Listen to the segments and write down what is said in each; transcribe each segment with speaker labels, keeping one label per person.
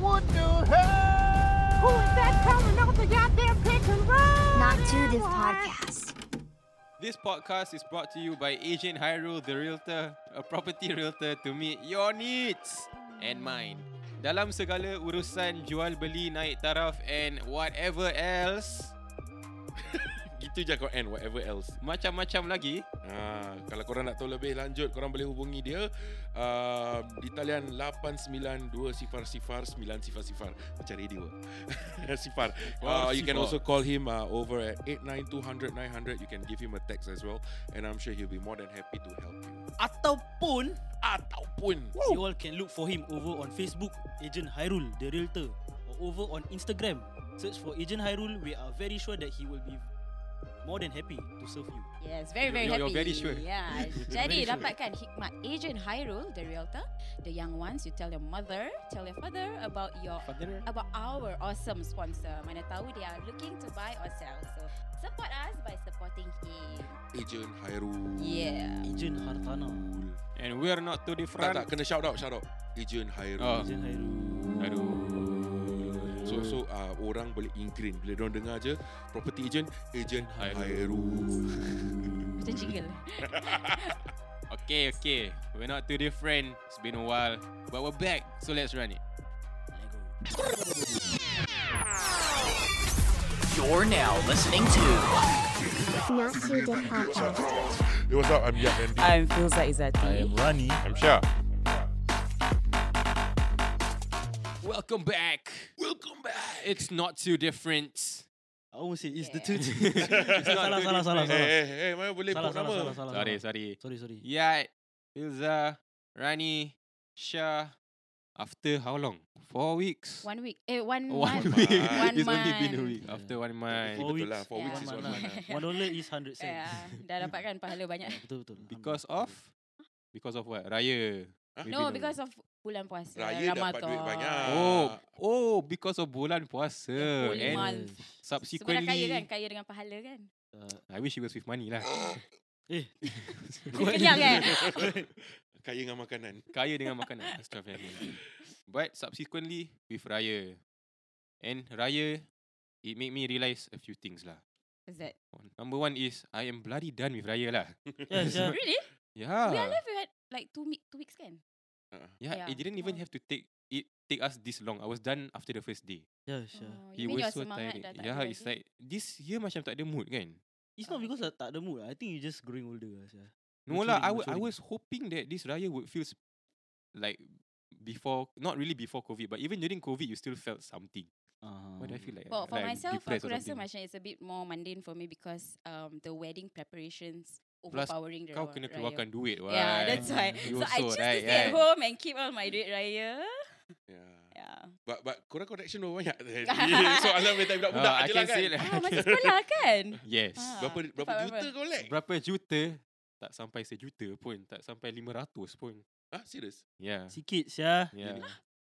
Speaker 1: would do hey!
Speaker 2: Who is that coming off the goddamn pick and roll?
Speaker 3: Not to this podcast.
Speaker 4: This podcast is brought to you by Agent Hyrule the Realtor, a property realtor to meet your needs and mine. Dalam segala urusan jual beli naik taraf and whatever else,
Speaker 5: Gitu je kau end whatever else.
Speaker 4: macam-macam lagi,
Speaker 5: Ha, kalau korang nak tahu lebih lanjut, korang boleh hubungi dia uh, di talian 892 sifar sifar 9 sifar sifar. Macam radio. sifar.
Speaker 4: Oh,
Speaker 5: Uh, you can
Speaker 4: sifar.
Speaker 5: also call him uh, over at 89200-900. You can give him a text as well. And I'm sure he'll be more than happy to help you.
Speaker 6: Ataupun
Speaker 5: Ataupun.
Speaker 6: you all can look for him over on Facebook, Agent Hyrule, the realtor, or over on Instagram. Search for Agent Hyrule. We are very sure that he will be more than happy to serve you.
Speaker 7: Yes, very very
Speaker 4: You're-
Speaker 7: happy.
Speaker 4: you're very sure.
Speaker 7: Yeah. Jadi
Speaker 4: very sure.
Speaker 7: dapatkan hikmat agent Hyrule the realtor, the young ones you tell your mother, tell your father about your
Speaker 4: Father.
Speaker 7: about our awesome sponsor. Mana tahu they are looking to buy or sell. So support us by supporting him.
Speaker 5: Agent Hairul.
Speaker 7: Yeah.
Speaker 6: Agent Hartana.
Speaker 4: and we are not too
Speaker 5: Tak, tak.
Speaker 4: different.
Speaker 5: Kena shout out, shout out. Agent Hairul.
Speaker 4: Oh.
Speaker 6: Agent Hyrule.
Speaker 5: Aduh. So so uh, orang boleh ingrain bila dia dengar je property agent agent Hairul.
Speaker 4: Hmm.
Speaker 7: Macam jingle.
Speaker 4: Okay, okay, we're not too different. It's been a while, but we're back, so let's run it.
Speaker 8: You're now listening to
Speaker 3: Not to this podcast.
Speaker 5: Hey, what's up? I'm Yap Andy.
Speaker 9: I'm Filza Izati.
Speaker 8: I am Rani.
Speaker 5: I'm Shah.
Speaker 4: Welcome back.
Speaker 5: Welcome back.
Speaker 4: It's not too different.
Speaker 6: I almost say it's the
Speaker 7: Yeah.
Speaker 6: two.
Speaker 4: It's not
Speaker 6: salah,
Speaker 4: too
Speaker 6: salah, salah,
Speaker 4: different.
Speaker 5: Eh
Speaker 6: salah.
Speaker 5: eh eh mana boleh
Speaker 6: Salah,
Speaker 5: buat
Speaker 6: salah,
Speaker 5: nama?
Speaker 6: salah, salah.
Speaker 4: Sorry, sorry.
Speaker 6: Sorry, sorry.
Speaker 4: Yat, Ilza, Rani, Shah. After how long? Four weeks.
Speaker 7: One week. Eh one
Speaker 4: One
Speaker 7: month.
Speaker 5: month.
Speaker 4: week.
Speaker 7: One
Speaker 4: it's only been a
Speaker 7: month.
Speaker 4: week. After one month.
Speaker 6: Four
Speaker 5: Betul
Speaker 6: weeks.
Speaker 5: lah, four
Speaker 7: Yeah.
Speaker 5: weeks
Speaker 7: One
Speaker 5: is one
Speaker 7: month
Speaker 5: month.
Speaker 7: lah.
Speaker 5: lah.
Speaker 6: One dollar is hundred
Speaker 7: Yeah,
Speaker 6: cents.
Speaker 7: dah dapatkan pahala banyak.
Speaker 6: Betul betul.
Speaker 4: Because of? Because of what? Raya.
Speaker 5: Huh?
Speaker 4: We've
Speaker 7: No,
Speaker 4: been-
Speaker 7: because of bulan puasa.
Speaker 5: Raya dapat duit
Speaker 7: Ramadan.
Speaker 5: banyak.
Speaker 4: Oh, oh, because of bulan puasa.
Speaker 7: Holy
Speaker 4: And
Speaker 7: month. Sebab dah kaya kan,
Speaker 4: subsequently,
Speaker 7: kaya dengan pahala kan.
Speaker 6: Uh,
Speaker 4: I wish it was with money lah.
Speaker 6: eh,
Speaker 7: Kenyang kan?
Speaker 5: Kaya dengan makanan.
Speaker 4: kaya dengan makanan. Astaghfirullah. But subsequently, with Raya. And Raya, it made me realise a few things lah.
Speaker 7: What's that?
Speaker 4: Number one is, I am bloody done with Raya lah. Ya.
Speaker 6: yeah, yeah.
Speaker 7: Really?
Speaker 4: Yeah.
Speaker 7: We are left with like two, mi- two weeks kan?
Speaker 4: Yeah,
Speaker 7: Yeah.
Speaker 4: Ya, it didn't even
Speaker 7: Oh.
Speaker 4: have to take it take us this long. I was done after the first day.
Speaker 6: yeah, sure.
Speaker 7: Oh,
Speaker 4: It
Speaker 7: you mean your
Speaker 4: was so
Speaker 7: semangat
Speaker 4: tiring.
Speaker 7: dah tak
Speaker 4: Yeah,
Speaker 7: ada
Speaker 4: it's
Speaker 7: lagi?
Speaker 4: like this year macam tak ada mood kan.
Speaker 6: It's not because tak, tak ada mood. lah. I think you just growing older. lah, Sia.
Speaker 4: No lah, I, wa- I
Speaker 6: Maturing, maturing.
Speaker 4: was hoping that this raya would feel sp- like before, not really before COVID, but even during COVID, you still felt something.
Speaker 6: Uh,
Speaker 4: What do I feel like?
Speaker 7: Well, Oh, for
Speaker 4: like I'm
Speaker 7: myself,
Speaker 4: depressed
Speaker 7: aku
Speaker 4: or
Speaker 7: rasa
Speaker 4: something.
Speaker 7: macam it's a bit more mundane for me because um the wedding preparations
Speaker 4: Plus,
Speaker 7: overpowering the
Speaker 4: Kau
Speaker 7: ra-
Speaker 4: kena
Speaker 7: raya.
Speaker 4: keluarkan duit
Speaker 7: Yeah,
Speaker 4: why?
Speaker 7: that's why.
Speaker 4: You
Speaker 7: so I
Speaker 4: also,
Speaker 7: choose to
Speaker 4: right,
Speaker 7: stay at
Speaker 4: yeah.
Speaker 7: home and keep all my duit raya.
Speaker 5: Yeah.
Speaker 7: Yeah.
Speaker 5: Ya. But but korang connection berapa banyak? Soalan minta budak-budak
Speaker 4: Ah, I
Speaker 5: je lah
Speaker 4: can
Speaker 5: kan.
Speaker 4: say that.
Speaker 7: Ah, masih sekolah kan?
Speaker 4: Yes.
Speaker 7: Ah.
Speaker 5: Berapa berapa
Speaker 7: Dapat
Speaker 5: juta
Speaker 7: berapa?
Speaker 5: kau lek?
Speaker 4: Berapa juta? Tak sampai sejuta pun. Tak sampai lima ratus pun. Ya.
Speaker 5: Ha, serius?
Speaker 4: Yeah.
Speaker 6: Sikit, yeah.
Speaker 4: Yeah.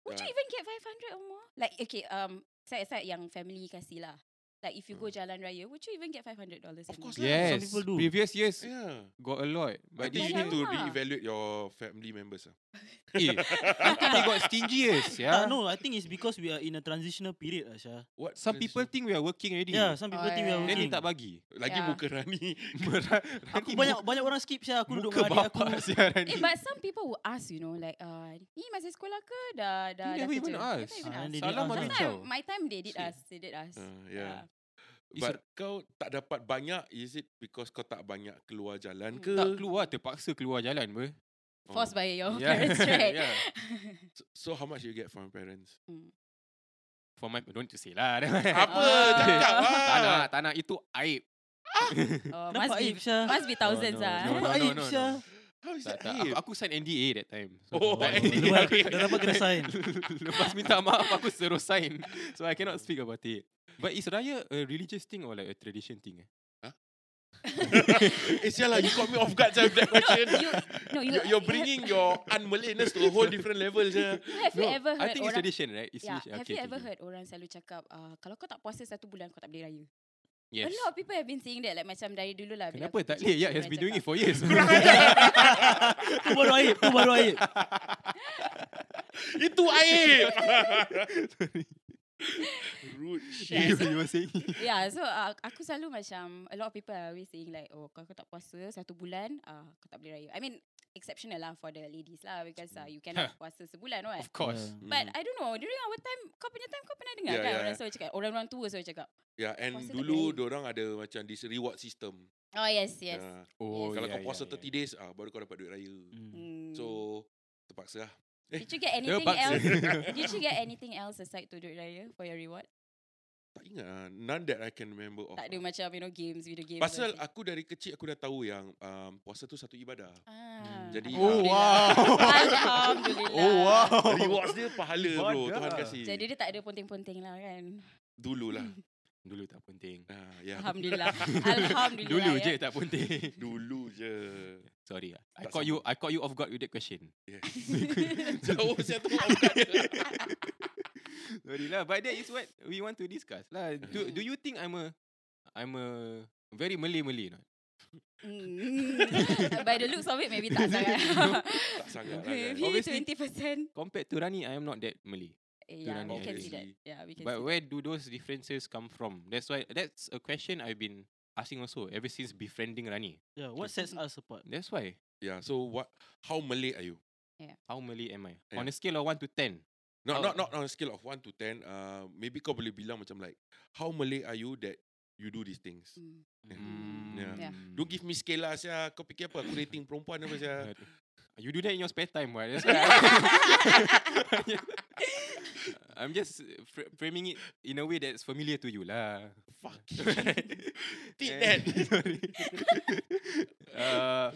Speaker 7: Would you
Speaker 5: Yeah.
Speaker 7: even get 500 or more? Like, okay, um, set aside yang family kasih lah. Like, if you go
Speaker 4: Hmm.
Speaker 7: jalan raya, would you even get $500 dollars?
Speaker 5: Of course lah.
Speaker 4: Yes.
Speaker 6: people do.
Speaker 4: Previous years,
Speaker 5: Yeah.
Speaker 4: got a lot.
Speaker 5: But I
Speaker 4: But this
Speaker 5: think you
Speaker 4: year,
Speaker 5: need to
Speaker 7: Banyak lah.
Speaker 5: reevaluate your family members. ah.
Speaker 4: eh, they got stingy years,
Speaker 6: Tak,
Speaker 4: yeah.
Speaker 6: Ah, no, I think it's because we are in a transitional period, Asha.
Speaker 5: What?
Speaker 4: Some people think we are working already.
Speaker 6: Yeah, some people think we are
Speaker 7: Oh,
Speaker 4: Then
Speaker 6: working.
Speaker 4: dia tak bagi.
Speaker 5: lagi
Speaker 7: Yeah.
Speaker 5: muka Rani.
Speaker 6: Aku banyak banyak orang skip saya. Aku duduk
Speaker 4: muka
Speaker 6: dengan adik aku.
Speaker 4: bapak siaran
Speaker 7: Eh, but some people will ask, you know, like, uh, ni masih sekolah ke? Dah, dah, dah
Speaker 4: They never even
Speaker 7: kerja?"
Speaker 4: ask.
Speaker 7: They never even ask.
Speaker 4: Salam
Speaker 6: Ah, they didn't
Speaker 4: habis
Speaker 6: ask.
Speaker 7: Sometime,
Speaker 4: kau.
Speaker 7: my time they did
Speaker 4: Shit.
Speaker 7: ask. They did ask.
Speaker 5: Uh, yeah.
Speaker 7: Yeah.
Speaker 4: Is
Speaker 5: But kau tak dapat banyak Is it because kau tak banyak keluar jalan
Speaker 7: Hmm.
Speaker 5: ke?
Speaker 4: tak keluar terpaksa keluar jalan ber.
Speaker 7: Forced by your
Speaker 6: Oh,
Speaker 4: Yeah,
Speaker 7: parents, right?
Speaker 4: yeah.
Speaker 5: So, so how much you get from parents?
Speaker 4: For my don't you say lah.
Speaker 5: Apa?
Speaker 7: Ah.
Speaker 5: Cakap lah.
Speaker 4: tak nak, tak nak itu aib.
Speaker 7: Oh,
Speaker 6: Kenapa
Speaker 7: must
Speaker 6: aib,
Speaker 7: be,
Speaker 6: Syah?
Speaker 7: must be thousands
Speaker 6: Oh,
Speaker 4: no,
Speaker 7: ah.
Speaker 4: no,
Speaker 6: Kenapa
Speaker 4: no,
Speaker 6: aib,
Speaker 4: no,
Speaker 6: Syah?
Speaker 4: no.
Speaker 5: How is
Speaker 4: tak,
Speaker 5: that? Eh,
Speaker 4: tak,
Speaker 5: aib?
Speaker 4: aku, aku sign NDA that time. So,
Speaker 5: Oh,
Speaker 4: tak-
Speaker 6: Lepas, kenapa kena sign?
Speaker 4: Lepas minta maaf aku suruh sign. So I cannot speak about it. But is raya a religious thing or like a tradition thing? Eh?
Speaker 5: eh, sial lah, you caught me off guard je with that question.
Speaker 7: You, no, you, ha,
Speaker 5: You, you're bringing your un-Malayness to a whole different level je.
Speaker 7: Have you
Speaker 4: No,
Speaker 7: ever
Speaker 4: I
Speaker 7: heard
Speaker 4: think it's
Speaker 7: orang
Speaker 4: tradition, right? It's
Speaker 7: Yeah.
Speaker 4: religion.
Speaker 7: Have
Speaker 4: Okay,
Speaker 7: you
Speaker 4: okay,
Speaker 7: ever
Speaker 4: okay.
Speaker 7: heard orang selalu cakap uh, kalau kau tak puasa satu bulan kau tak boleh raya?
Speaker 4: Yes.
Speaker 7: A lot of people have been saying that like macam dari dulu lah. bila
Speaker 4: Kenapa
Speaker 7: aku
Speaker 4: tak
Speaker 7: kecil,
Speaker 4: boleh? Yeah, has
Speaker 7: orang
Speaker 4: been doing it
Speaker 7: cakap.
Speaker 4: for years.
Speaker 6: Tu baru aib, tu baru aib.
Speaker 5: Itu aib. Rude
Speaker 4: you,
Speaker 5: shit.
Speaker 4: you were saying
Speaker 7: Yeah, so uh, aku selalu macam a lot of people are always saying like, oh kalau kau tak puasa satu bulan, ah uh, kau tak boleh raya. I mean exceptional lah for the ladies lah because uh, you cannot puasa sebulan right.
Speaker 4: Of course
Speaker 5: Hmm.
Speaker 7: But I don't know During our time Kau punya time Kau pernah dengar
Speaker 5: mm. Yeah,
Speaker 7: kan
Speaker 5: yeah,
Speaker 7: Orang
Speaker 5: yeah.
Speaker 7: selalu cakap Orang-orang tua selalu cakap
Speaker 5: Ya, yeah, and
Speaker 7: Puasa tak
Speaker 5: dulu
Speaker 7: boleh.
Speaker 5: orang ada macam this reward system.
Speaker 7: Oh yes yes
Speaker 5: Ah,
Speaker 4: Oh,
Speaker 5: kalau
Speaker 4: yeah,
Speaker 5: kau puasa
Speaker 4: yeah,
Speaker 5: 30 days, ah baru kau dapat duit raya.
Speaker 6: Mm.
Speaker 4: yeah.
Speaker 7: Hmm.
Speaker 5: So terpaksa lah.
Speaker 7: Did you get anything
Speaker 4: bugs.
Speaker 7: else Did you get anything else Aside to duit raya For your reward
Speaker 5: Tak ingat lah. None that I can remember of.
Speaker 7: Tak ada
Speaker 5: lah.
Speaker 7: macam You know games Video games all
Speaker 5: Pasal
Speaker 7: that.
Speaker 5: aku dari kecil aku dah tahu yang um, puasa tu satu ibadah.
Speaker 7: ah,
Speaker 5: Hmm, Jadi,
Speaker 4: Oh wow
Speaker 7: Alhamdulillah
Speaker 4: Oh wow
Speaker 5: Rewards dia pahala bro.
Speaker 4: Ibadah.
Speaker 5: Tuhan kasih.
Speaker 7: Jadi dia tak ada ponting-ponting lah kan
Speaker 5: Dulu lah.
Speaker 4: Dulu tak penting
Speaker 5: Ah, ya.
Speaker 7: Alhamdulillah Alhamdulillah
Speaker 4: Dulu
Speaker 7: ya.
Speaker 4: je tak penting
Speaker 5: Dulu je.
Speaker 4: Sorry ah. I
Speaker 5: Tak
Speaker 4: caught you I caught you off guard with that question
Speaker 5: Yes. Jauh saya tu. lah. Aku
Speaker 4: Sorry lah But that is what We want to discuss lah Do, do you think I'm a I'm a Very Malay-Malay not?
Speaker 7: Mm. By the looks of it Maybe tak sangat
Speaker 5: Tak sangat lah kan.
Speaker 7: Maybe
Speaker 4: Obviously-
Speaker 7: 20%
Speaker 4: Compared to Rani I am not that Malay
Speaker 7: Eh, Yeah,
Speaker 4: Rani
Speaker 7: we can see that.
Speaker 5: obviously.
Speaker 7: Yeah, we can
Speaker 4: But
Speaker 7: see.
Speaker 4: where do those differences come from? That's why that's a question I've been asking also ever since befriending Rani.
Speaker 6: Yeah, what sets us apart?
Speaker 4: That's why.
Speaker 5: Yeah, ya, so what how Malay are you?
Speaker 4: How Malay am I?
Speaker 5: Yeah.
Speaker 4: On a scale of 1 to 10.
Speaker 5: No,
Speaker 4: How-
Speaker 5: not not on a scale of 1 to 10. Uh, maybe kau boleh bilang macam like how Malay are you that you do these things?
Speaker 7: Mm.
Speaker 4: Hmm.
Speaker 5: Yeah.
Speaker 7: Yeah.
Speaker 5: Don't give me scale lah Syah. Kau fikir apa? Aku rating perempuan apa Syah?
Speaker 4: Uh, You do that in your spare time, right? That's why I- I'm just uh, fr- framing it in a way that's familiar to you lah.
Speaker 5: Fuck. Did
Speaker 4: And- Sorry. uh,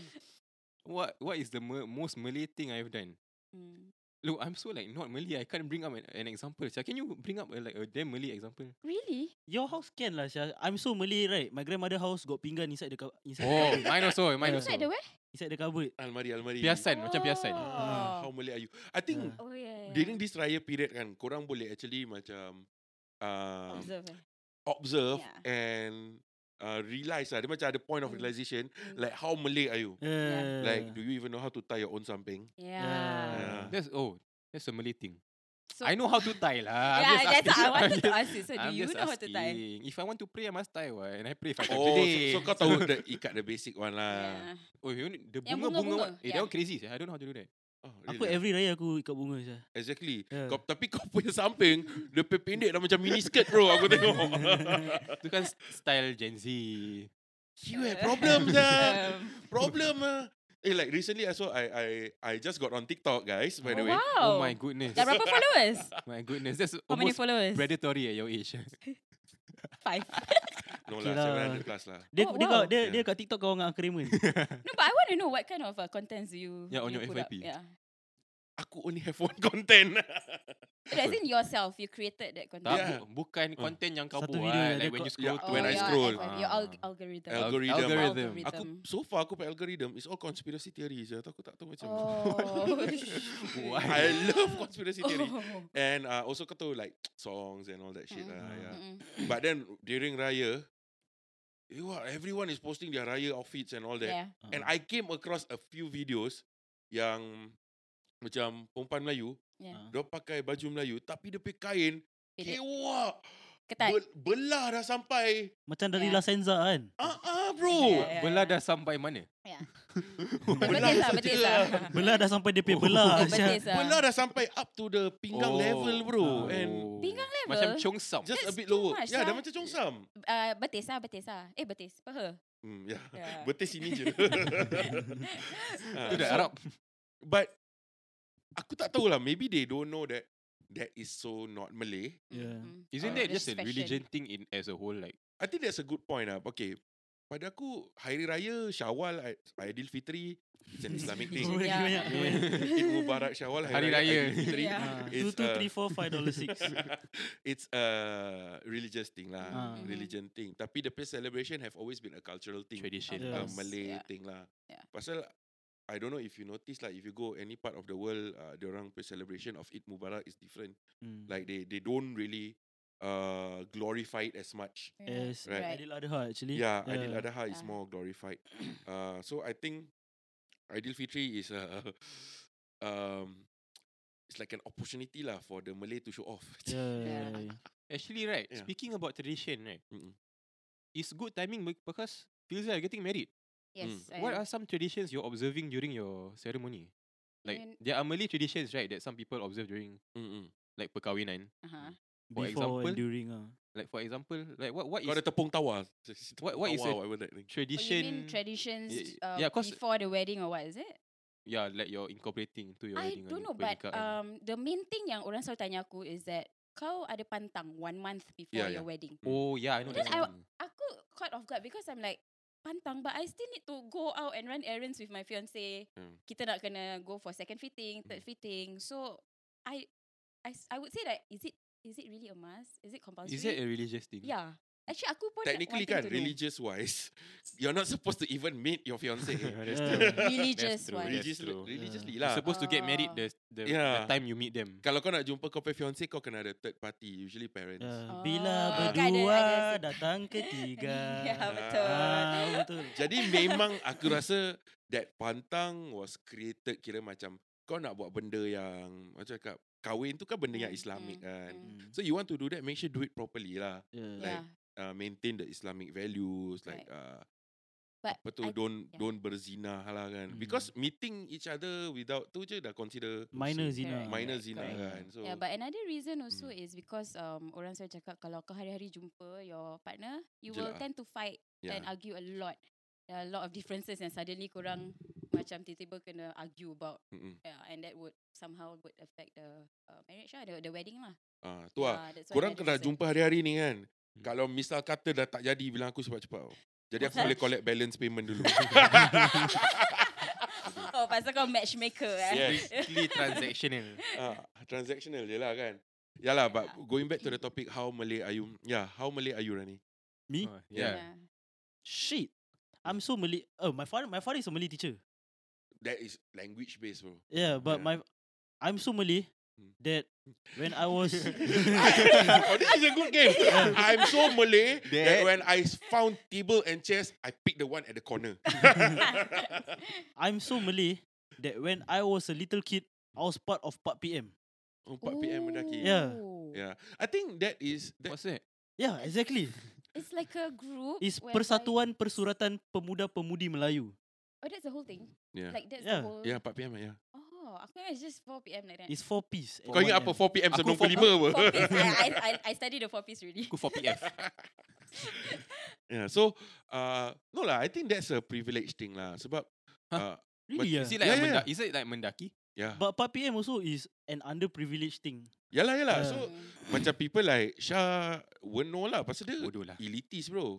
Speaker 4: what what is the mo- most Malay thing I've done?
Speaker 7: Mm.
Speaker 4: Look, I'm so like not Malay. I can't bring up an, an example. Syah, can you bring up a, like a damn Malay example?
Speaker 7: Really?
Speaker 6: Your house can lah, Syah. I'm so Malay, right? My grandmother house got pinggan inside the cupboard. Inside, the
Speaker 4: Oh,
Speaker 6: cupboard.
Speaker 4: mine also, mine
Speaker 6: Yeah.
Speaker 4: also.
Speaker 7: Inside the where?
Speaker 6: inside the cupboard.
Speaker 5: Almari, almari.
Speaker 4: Piasan, Kan, macam piasan.
Speaker 5: Ah, how
Speaker 7: Oh.
Speaker 5: Malay are you? I think
Speaker 6: Ah.
Speaker 7: Oh yeah. yeah.
Speaker 5: during this raya period kan, korang boleh actually macam um, observe,
Speaker 7: Observe. eh. Yeah.
Speaker 5: and uh, realise lah. Dia macam ada point of
Speaker 7: Mm.
Speaker 5: realization.
Speaker 7: Mm.
Speaker 5: Like how Malay are you?
Speaker 6: Yeah.
Speaker 5: Like do you even know how to tie your own something?
Speaker 7: Yeah.
Speaker 6: Yeah.
Speaker 4: That's oh, that's a Malay thing.
Speaker 7: So,
Speaker 4: I know how to tie lah. I'm
Speaker 7: Yeah,
Speaker 4: just
Speaker 7: that's
Speaker 4: asking.
Speaker 7: what I wanted to
Speaker 4: I'm
Speaker 7: ask you. So, do
Speaker 4: I'm
Speaker 7: you
Speaker 4: just
Speaker 7: know how to tie?
Speaker 4: asking. If I want to pray, I must tie what? And I pray five times a
Speaker 5: Oh, so,
Speaker 4: day.
Speaker 5: so kau tahu the ikat the basic one lah.
Speaker 7: yeah.
Speaker 4: Oh, you know, the
Speaker 7: Yang
Speaker 4: bunga-bunga
Speaker 7: bunga-bunga,
Speaker 4: one. Eh, that
Speaker 7: yeah.
Speaker 4: one crazy. sia. I don't know how to do that.
Speaker 5: Oh,
Speaker 6: Aku
Speaker 5: really?
Speaker 6: every raya aku ikat bunga, Syah.
Speaker 5: Exactly.
Speaker 6: Yeah.
Speaker 5: Kau, tapi kau punya samping, dia pe- pendek dah macam mini skirt bro. Aku tengok.
Speaker 4: Itu kan s- style Gen Z.
Speaker 5: you have problems lah.
Speaker 7: Um,
Speaker 5: Eh, Problem ah. Eh, like recently I saw I I I just got on TikTok guys. By the
Speaker 7: oh,
Speaker 5: way,
Speaker 7: wow.
Speaker 4: Oh my goodness.
Speaker 7: Dah berapa followers?
Speaker 4: My goodness. That's
Speaker 7: How many
Speaker 4: almost
Speaker 7: followers?
Speaker 4: predatory at your age.
Speaker 7: Five.
Speaker 5: no
Speaker 6: Okay
Speaker 5: lah,
Speaker 6: lah.
Speaker 5: seven hundred plus lah.
Speaker 6: Dia,
Speaker 7: Oh,
Speaker 6: dia,
Speaker 7: wow.
Speaker 6: kau, dia,
Speaker 5: Yeah.
Speaker 6: dia kat TikTok kau orang aku Raymond.
Speaker 7: no, but I want to know what kind of uh, contents do you
Speaker 4: Yeah, on
Speaker 7: you
Speaker 4: your
Speaker 7: put up.
Speaker 4: FYP.
Speaker 7: Yeah.
Speaker 5: Aku only have one content.
Speaker 7: So, As in yourself, you created that
Speaker 4: Tak,
Speaker 7: content.
Speaker 5: Yeah. Hmm.
Speaker 4: bu- bukan content yang kau
Speaker 6: Satu
Speaker 4: buat.
Speaker 6: video yang
Speaker 4: Like
Speaker 6: dia
Speaker 4: when
Speaker 6: ko-
Speaker 4: you scroll
Speaker 5: yeah,
Speaker 4: to
Speaker 5: when I
Speaker 7: Oh, your
Speaker 5: scroll.
Speaker 7: FYP, Your alg-
Speaker 4: Ah.
Speaker 7: algorithm.
Speaker 5: Algorithm.
Speaker 4: Algorithm.
Speaker 5: aku
Speaker 7: Rhythm.
Speaker 5: so far aku pakai algorithm is all conspiracy theories. Aku tak tahu macam.
Speaker 7: Oh.
Speaker 4: Why?
Speaker 5: I love conspiracy theory.
Speaker 7: Oh.
Speaker 5: And uh, also kau tahu like songs and all that shit lah.
Speaker 4: Mm.
Speaker 5: Yeah.
Speaker 7: Mm-mm.
Speaker 5: But then during Raya, you are, everyone is posting their Raya outfits and all that.
Speaker 7: Yeah.
Speaker 5: And I came across a few videos yang macam perempuan Melayu,
Speaker 7: Yeah.
Speaker 5: dia pakai baju Melayu tapi dia pakai kain
Speaker 7: Pendek.
Speaker 5: kewak.
Speaker 7: Ketat.
Speaker 5: Be- belah dah sampai.
Speaker 6: Macam dari
Speaker 7: Yeah.
Speaker 6: La Senza kan.
Speaker 5: Ah ah bro.
Speaker 7: Yeah.
Speaker 4: Belah dah sampai mana?
Speaker 5: Belah
Speaker 7: Betis lah,
Speaker 5: saja.
Speaker 7: betis lah.
Speaker 6: Belah dah sampai dia punya
Speaker 4: Oh.
Speaker 6: belah. Syah.
Speaker 7: Betis lah.
Speaker 5: Belah dah sampai up to the pinggang
Speaker 4: Oh.
Speaker 5: level bro. And
Speaker 7: Pinggang level?
Speaker 4: Macam chongsam.
Speaker 5: just a
Speaker 7: That's
Speaker 5: bit
Speaker 7: too
Speaker 5: lower.
Speaker 7: much
Speaker 5: Ya, yeah, dah
Speaker 7: lah.
Speaker 5: macam congsam.
Speaker 7: Uh, betis lah, betis lah. Eh, betis. Peha.
Speaker 5: Hmm, ya. Yeah.
Speaker 7: Yeah.
Speaker 5: Betis sini je. Ah,
Speaker 4: Itu dah
Speaker 5: so-
Speaker 4: Arab.
Speaker 5: But aku tak tahulah maybe they don't know that that is so not Malay.
Speaker 6: Yeah.
Speaker 7: Mm.
Speaker 4: Isn't
Speaker 5: Uh,
Speaker 4: that
Speaker 7: Just
Speaker 4: just a
Speaker 7: fashion.
Speaker 4: religion thing in as a whole? Like,
Speaker 5: I think that's a good point lah. Okay. Pada aku Hari Raya, Syawal, Ai- Aidilfitri it's an Islamic thing.
Speaker 6: Oh,
Speaker 7: Yeah.
Speaker 6: banyak, banyak.
Speaker 5: Eid Mubarak, Syawal, Hari,
Speaker 4: Hari
Speaker 5: Raya,
Speaker 4: Raya.
Speaker 5: Aidilfitri.
Speaker 7: Yeah.
Speaker 6: Ah,
Speaker 5: It's,
Speaker 6: Two, two,
Speaker 5: uh,
Speaker 6: three, four, five dollar six.
Speaker 5: it's a religious thing lah.
Speaker 6: Ah.
Speaker 5: Religion thing. Tapi the pay celebration have always been a cultural thing.
Speaker 4: tradition. Um,
Speaker 6: Yeah.
Speaker 5: a
Speaker 6: Yes,
Speaker 5: Malay
Speaker 7: yeah.
Speaker 5: thing lah.
Speaker 7: Yeah.
Speaker 5: Pasal I don't know if you notice like if you go any part of the world, uh, the orang punya celebration of Eid Mubarak is different.
Speaker 6: Mm.
Speaker 5: Like they they don't really uh glorify it as much.
Speaker 6: Yes.
Speaker 5: Right.
Speaker 6: Adil Adha actually.
Speaker 5: Yeah, Adil Adha is
Speaker 7: Ah.
Speaker 5: more glorified. uh, so I think Adil Fitri is a um it's like an opportunity lah for the Malay to show off.
Speaker 7: Yeah.
Speaker 6: Yeah.
Speaker 4: Actually, right,
Speaker 5: Yeah.
Speaker 4: speaking about tradition, right,
Speaker 5: Mm-mm.
Speaker 4: it's good timing bec- because Filza, you're getting married.
Speaker 7: Yes. I
Speaker 4: What
Speaker 7: am.
Speaker 4: are some traditions you're observing during your ceremony? Like,
Speaker 7: mean-
Speaker 4: there are Malay traditions, right, that some people observe during,
Speaker 5: Mm-mm.
Speaker 4: like, perkahwinan.
Speaker 7: Uh-huh.
Speaker 4: For
Speaker 6: Before
Speaker 4: example?
Speaker 6: and during ah.
Speaker 4: Like, for example, like, what, what
Speaker 5: Kau
Speaker 4: is
Speaker 5: ada tepung tawar.
Speaker 4: What- what is
Speaker 5: Tawar,
Speaker 4: it?
Speaker 5: whatever that thing.
Speaker 7: Oh,
Speaker 4: tradition?
Speaker 7: you Oh, mean traditions
Speaker 4: y-
Speaker 7: uh,
Speaker 4: yeah, 'cause-
Speaker 7: before the wedding or what is it?
Speaker 4: yeah, like you're incorporating to your
Speaker 7: I
Speaker 4: wedding. or
Speaker 7: don't
Speaker 4: your
Speaker 7: know but
Speaker 4: pernikahan.
Speaker 7: um, the main thing yang orang selalu tanya aku is that kau ada pantang one month before
Speaker 5: Yeah, yeah.
Speaker 7: your wedding.
Speaker 4: oh, yeah, I know.
Speaker 7: Because
Speaker 4: that
Speaker 7: I-
Speaker 4: one.
Speaker 7: Aku caught off guard because I'm like pantang but I still need to go out and run errands with my fiance.
Speaker 5: Hmm.
Speaker 7: Kita nak kena go for second fitting, third fitting. So I I s- I would say that is it is it really a must? Is it compulsory?
Speaker 4: Is it a religious thing?
Speaker 7: Yeah. Actually aku pun
Speaker 5: Technically
Speaker 7: wanting
Speaker 5: kan,
Speaker 7: to know.
Speaker 5: religious wise, you're not supposed to even meet your fiance.
Speaker 4: That's
Speaker 6: Yeah.
Speaker 4: true.
Speaker 7: Religious
Speaker 4: true,
Speaker 7: one.
Speaker 4: that's
Speaker 5: religiously,
Speaker 4: true.
Speaker 5: religiously
Speaker 4: You're
Speaker 5: lah.
Speaker 4: supposed to get married
Speaker 7: Ah.
Speaker 4: the, the,
Speaker 5: Yeah.
Speaker 4: the time you meet them.
Speaker 5: Kalau kau nak jumpa kau punya fiance, kau kena ada third party. Usually parents.
Speaker 6: Yeah.
Speaker 7: Oh,
Speaker 6: Bila
Speaker 7: kan ada- ada
Speaker 6: berdua
Speaker 7: si-
Speaker 6: datang ketiga.
Speaker 7: Ya betul.
Speaker 6: Ah, betul.
Speaker 5: Jadi memang aku rasa that pantang was created kira macam kau nak buat benda yang macam cakap kahwin tu kan benda yang
Speaker 7: Mm, mm,
Speaker 5: Islamic kan.
Speaker 7: mm.
Speaker 6: Mm.
Speaker 5: So you want to do that make sure do it properly lah.
Speaker 6: Yeah.
Speaker 7: yeah.
Speaker 5: Like, Uh, maintain the Islamic values like uh,
Speaker 7: But
Speaker 5: apa tu
Speaker 7: I-
Speaker 5: don't
Speaker 7: yeah.
Speaker 5: don't berzina lah kan.
Speaker 6: Mm.
Speaker 5: Because meeting each other without tu je dah consider
Speaker 6: Minor
Speaker 5: zina.
Speaker 6: zina.
Speaker 7: Correct.
Speaker 5: Minor zina
Speaker 6: correct.
Speaker 5: kan. So
Speaker 7: Yeah, but another reason also is because um orang selalu cakap kalau kau hari-hari jumpa your partner, you will
Speaker 5: Jelak ah.
Speaker 7: tend to fight
Speaker 5: yeah.
Speaker 7: and argue a lot. There are a lot of differences and suddenly korang macam tiba-tiba kena argue about
Speaker 5: Mm-mm.
Speaker 7: yeah, and that would somehow would affect the uh, marriage lah, the, the wedding lah.
Speaker 5: Ah, tu lah.
Speaker 7: Ah, that's why
Speaker 5: Korang
Speaker 7: another
Speaker 5: kena
Speaker 7: reason.
Speaker 5: jumpa hari-hari ni kan.
Speaker 6: Hmm.
Speaker 5: Kalau misal kata dah tak jadi bilang aku cepat-cepat. tau. Jadi aku
Speaker 7: Pasal?
Speaker 5: boleh collect balance payment dulu.
Speaker 7: oh, pasal kau matchmaker eh.
Speaker 5: Yes.
Speaker 4: Strictly transactional.
Speaker 5: Ah, transactional je lah kan. Yalah, but going back to the topic, how Malay are you? Yeah, how Malay are you, Rani?
Speaker 6: Me?
Speaker 4: Oh,
Speaker 5: Yeah.
Speaker 6: Shit. I'm so Malay. Oh, my father my father is a Malay teacher.
Speaker 5: That is language based, bro.
Speaker 6: Yeah, but
Speaker 5: Yeah.
Speaker 6: my I'm so Malay
Speaker 5: Mm.
Speaker 6: that when I was
Speaker 5: oh, this is a good game. I'm so Malay that,
Speaker 4: That-
Speaker 5: when I found table and chairs, I picked the one at the corner.
Speaker 6: I'm so Malay that when I was a little kid, I was part of Part PM.
Speaker 5: Oh, 4 PM mendaki.
Speaker 6: Yeah.
Speaker 5: Yeah. I think that is that,
Speaker 4: What's that?
Speaker 6: Yeah, exactly.
Speaker 7: It's like a group.
Speaker 6: It's
Speaker 7: whereby-
Speaker 6: Persatuan Persuratan Pemuda-Pemudi Melayu.
Speaker 7: Oh, that's the whole thing.
Speaker 5: yeah.
Speaker 7: Like that's
Speaker 6: Yeah.
Speaker 7: the whole.
Speaker 5: yeah, 4 PM yeah.
Speaker 7: Oh, aku ingat it's just 4 p.m. like that.
Speaker 6: It's four piece. at
Speaker 5: Kau ingat
Speaker 6: 1M.
Speaker 5: apa 4 PM
Speaker 4: Aku
Speaker 5: sebelum
Speaker 4: 4
Speaker 5: pukul 5 apa?
Speaker 7: Four piece. I, I, I, I studied the four piece already.
Speaker 4: Aku 4PF.
Speaker 5: Yeah, so uh, no lah. I think that's a privilege thing lah. Sebab
Speaker 4: Huh?
Speaker 5: huh? uh, ya.
Speaker 6: Really?
Speaker 5: But
Speaker 6: Yeah.
Speaker 4: Is it like
Speaker 5: Yeah,
Speaker 4: a
Speaker 5: yeah,
Speaker 4: menda- is it like mendaki?
Speaker 5: yeah,
Speaker 6: But Part PM also is an underprivileged thing.
Speaker 5: yalah yalah.
Speaker 6: Yeah.
Speaker 5: lah, ya So
Speaker 7: Mm.
Speaker 5: macam people like Shah will know lah pasal dia
Speaker 4: Bodoh lah.
Speaker 5: elitist bro.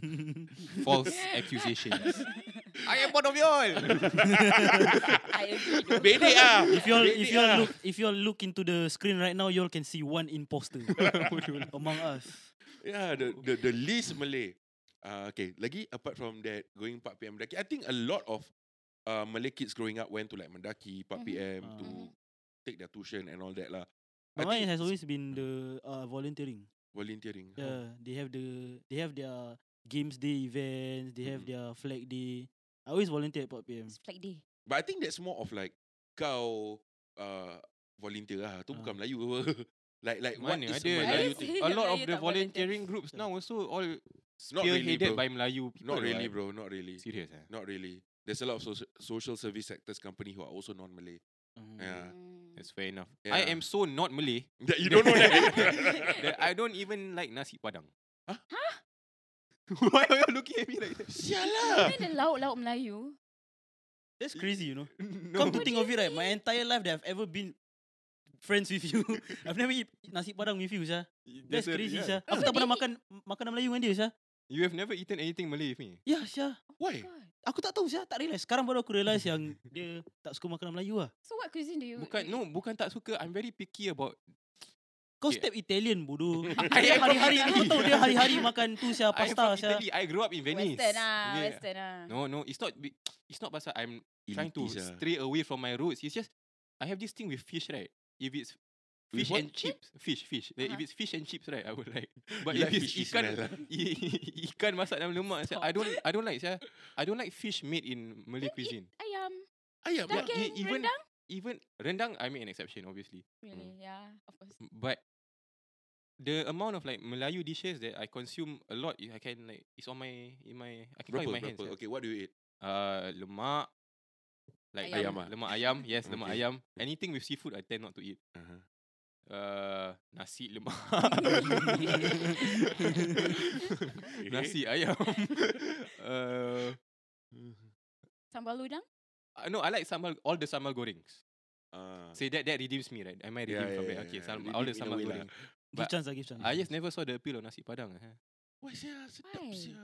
Speaker 4: False accusations. I am one of you all.
Speaker 7: I agree. though.
Speaker 5: Bedek ah.
Speaker 6: if you all
Speaker 5: Bedek
Speaker 6: if you all
Speaker 5: lah.
Speaker 6: look if you all look into the screen right now, you all can see one imposter among us.
Speaker 5: Yeah, the the the least Malay. Uh, okay, lagi apart from that, going 4 PM Mendaki, I think a lot of uh, Malay kids growing up went to like Mendaki,
Speaker 7: Mhm.
Speaker 5: 4 PM to
Speaker 7: Mhm.
Speaker 6: Ah.
Speaker 5: take their tuition and all that lah. I
Speaker 6: But mine
Speaker 5: think
Speaker 6: has
Speaker 5: it's
Speaker 6: always been the uh, volunteering.
Speaker 5: volunteering.
Speaker 6: Yeah, they have the they have their games day events. They have
Speaker 5: Mhm.
Speaker 6: their flag day. I always volunteer at 4 PM.
Speaker 7: It's like day.
Speaker 5: But I think that's more of like kau uh, volunteer lah. Tu
Speaker 6: Ah.
Speaker 5: bukan Melayu apa. like like
Speaker 4: Mana
Speaker 5: what is
Speaker 4: ada
Speaker 5: Melayu
Speaker 4: Melayu
Speaker 5: thing?
Speaker 7: think?
Speaker 4: A lot
Speaker 7: Melayu
Speaker 4: of the
Speaker 7: tak volunteer.
Speaker 4: volunteering groups now also all
Speaker 5: Not really,
Speaker 4: spearheaded
Speaker 5: bro.
Speaker 4: by Melayu people.
Speaker 5: Not really,
Speaker 4: what?
Speaker 5: bro. Not really.
Speaker 4: Serious eh?
Speaker 5: Not really. There's a lot of soci- social service sectors company who are also non-Malay.
Speaker 6: Mm-hmm.
Speaker 5: Yeah.
Speaker 7: Mm.
Speaker 4: That's fair enough.
Speaker 5: Yeah.
Speaker 4: I am so not Malay
Speaker 5: That you don't know that.
Speaker 4: that I don't even like nasi padang. Huh? Why are you looking at me like that?
Speaker 5: Sialah.
Speaker 7: Even the lauk-lauk Melayu.
Speaker 6: That's crazy, you know.
Speaker 4: No.
Speaker 6: Come to think of it, right? My entire life that I've ever been friends with you, I've never eat nasi padang with you, sah. That's
Speaker 4: a-
Speaker 6: crazy,
Speaker 4: yeah.
Speaker 6: sah. Aku
Speaker 7: So
Speaker 6: tak pernah
Speaker 7: they-
Speaker 6: makan makanan Melayu dengan dia, sah.
Speaker 4: You have never eaten anything Malay with me.
Speaker 6: Ya, sah.
Speaker 5: Why?
Speaker 7: God.
Speaker 6: Aku tak tahu, sah. Tak realise. Sekarang baru aku realise yang dia tak suka makanan Melayu lah.
Speaker 7: So what cuisine do you
Speaker 4: Bukan, no, bukan tak suka. I'm very picky about.
Speaker 6: Kau
Speaker 4: Okay.
Speaker 6: step Italian, bodoh.
Speaker 4: I
Speaker 6: dia
Speaker 4: am from
Speaker 6: hari-hari, kau
Speaker 4: Italy.
Speaker 6: tahu dia hari-hari makan tu,
Speaker 4: I am
Speaker 6: sah.
Speaker 4: from
Speaker 6: Pasta, sah.
Speaker 4: Italy. I grew up in Venice.
Speaker 7: Western ah,
Speaker 4: Okay.
Speaker 7: Western ah.
Speaker 4: No, no, it's not. be- It's not pasal I'm trying to
Speaker 5: Elitist ah.
Speaker 4: stray away from my roots. It's just I have this thing with fish, right? If it's
Speaker 5: With
Speaker 4: fish
Speaker 5: what?
Speaker 4: and chips, fish, fish. Like, If
Speaker 7: Uh-huh.
Speaker 4: it's fish and chips, right? I would like. But if
Speaker 5: You like
Speaker 4: it's
Speaker 5: fishy
Speaker 4: ikan,
Speaker 5: smell lah.
Speaker 4: i- ikan masak dalam lemak, sia, I don't, I don't like. Sia. I don't like fish made in
Speaker 7: Don't
Speaker 4: Malay
Speaker 7: eat
Speaker 4: cuisine.
Speaker 7: Ayam.
Speaker 5: Ayam.
Speaker 4: Yeah,
Speaker 7: Daging,
Speaker 4: e- even-
Speaker 7: rendang.
Speaker 4: even rendang, I made an exception, obviously.
Speaker 7: Really,
Speaker 5: Mm.
Speaker 7: yeah, of course.
Speaker 4: M- But the amount of like Melayu dishes that I consume a lot, I can like it's on my in my I can count in
Speaker 5: Berapa,
Speaker 4: my hands.
Speaker 5: berapa?
Speaker 4: yeah.
Speaker 5: Okay, what do you eat?
Speaker 4: Uh, lemak. Like
Speaker 7: Ayam.
Speaker 5: Ayam ah.
Speaker 4: lemak ayam. Yes, lemak
Speaker 5: Okay.
Speaker 4: ayam. Anything with seafood, I tend not to eat.
Speaker 5: Uh-huh.
Speaker 4: Uh, nasi lemak.
Speaker 5: Okay.
Speaker 4: nasi ayam. uh,
Speaker 7: Sambal udang?
Speaker 4: uh, no, I like sambal. All the sambal gorings.
Speaker 5: Ah.
Speaker 4: See that that redeems me, right? Am I redeemed
Speaker 5: Yeah,
Speaker 4: from
Speaker 5: yeah,
Speaker 4: that?
Speaker 5: yeah,
Speaker 4: Okay,
Speaker 5: yeah.
Speaker 4: sam- all the
Speaker 5: Redeemed in a
Speaker 4: sambal
Speaker 5: way lah.
Speaker 4: goreng.
Speaker 6: Give
Speaker 4: But
Speaker 6: chance lah, give chance.
Speaker 4: I just never saw the appeal of nasi padang. Eh.
Speaker 5: Why sia? Sedap
Speaker 7: Why?
Speaker 5: sia.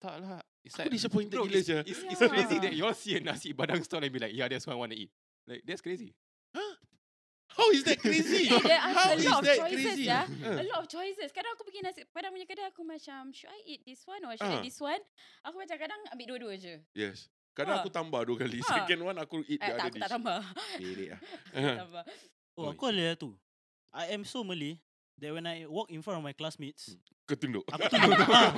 Speaker 4: Tak lah. It's
Speaker 5: Aku disappointed
Speaker 4: bro,
Speaker 5: gila
Speaker 4: it's,
Speaker 5: sia.
Speaker 4: it's, it's crazy that
Speaker 7: Yeah.
Speaker 4: you all see a nasi padang store and be like, yeah, that's what I want to eat. Like, that's crazy.
Speaker 5: How is that crazy?
Speaker 7: Eh, there are a
Speaker 5: How is
Speaker 7: lot of
Speaker 5: that
Speaker 7: choices,
Speaker 5: crazy?
Speaker 7: yeah.
Speaker 4: Uh.
Speaker 5: Ah.
Speaker 7: A lot of choices. Kadang aku pergi nasi padang punya kedai aku macam should I eat this one or should
Speaker 5: Ah.
Speaker 7: I this one? Aku macam kadang ambil dua-dua je.
Speaker 5: Yes. Kadang
Speaker 7: Ah.
Speaker 5: aku tambah dua kali.
Speaker 7: Ah.
Speaker 5: Second one aku eat
Speaker 7: Eh, tak
Speaker 5: the other
Speaker 7: aku tak
Speaker 5: dish.
Speaker 7: tambah.
Speaker 5: Bedek lah.
Speaker 7: Tak tambah.
Speaker 6: Oh, aku ada lah tu. I am so Malay that when I walk in front of my classmates,
Speaker 5: Ketunduk.
Speaker 6: aku tunduk. Ah,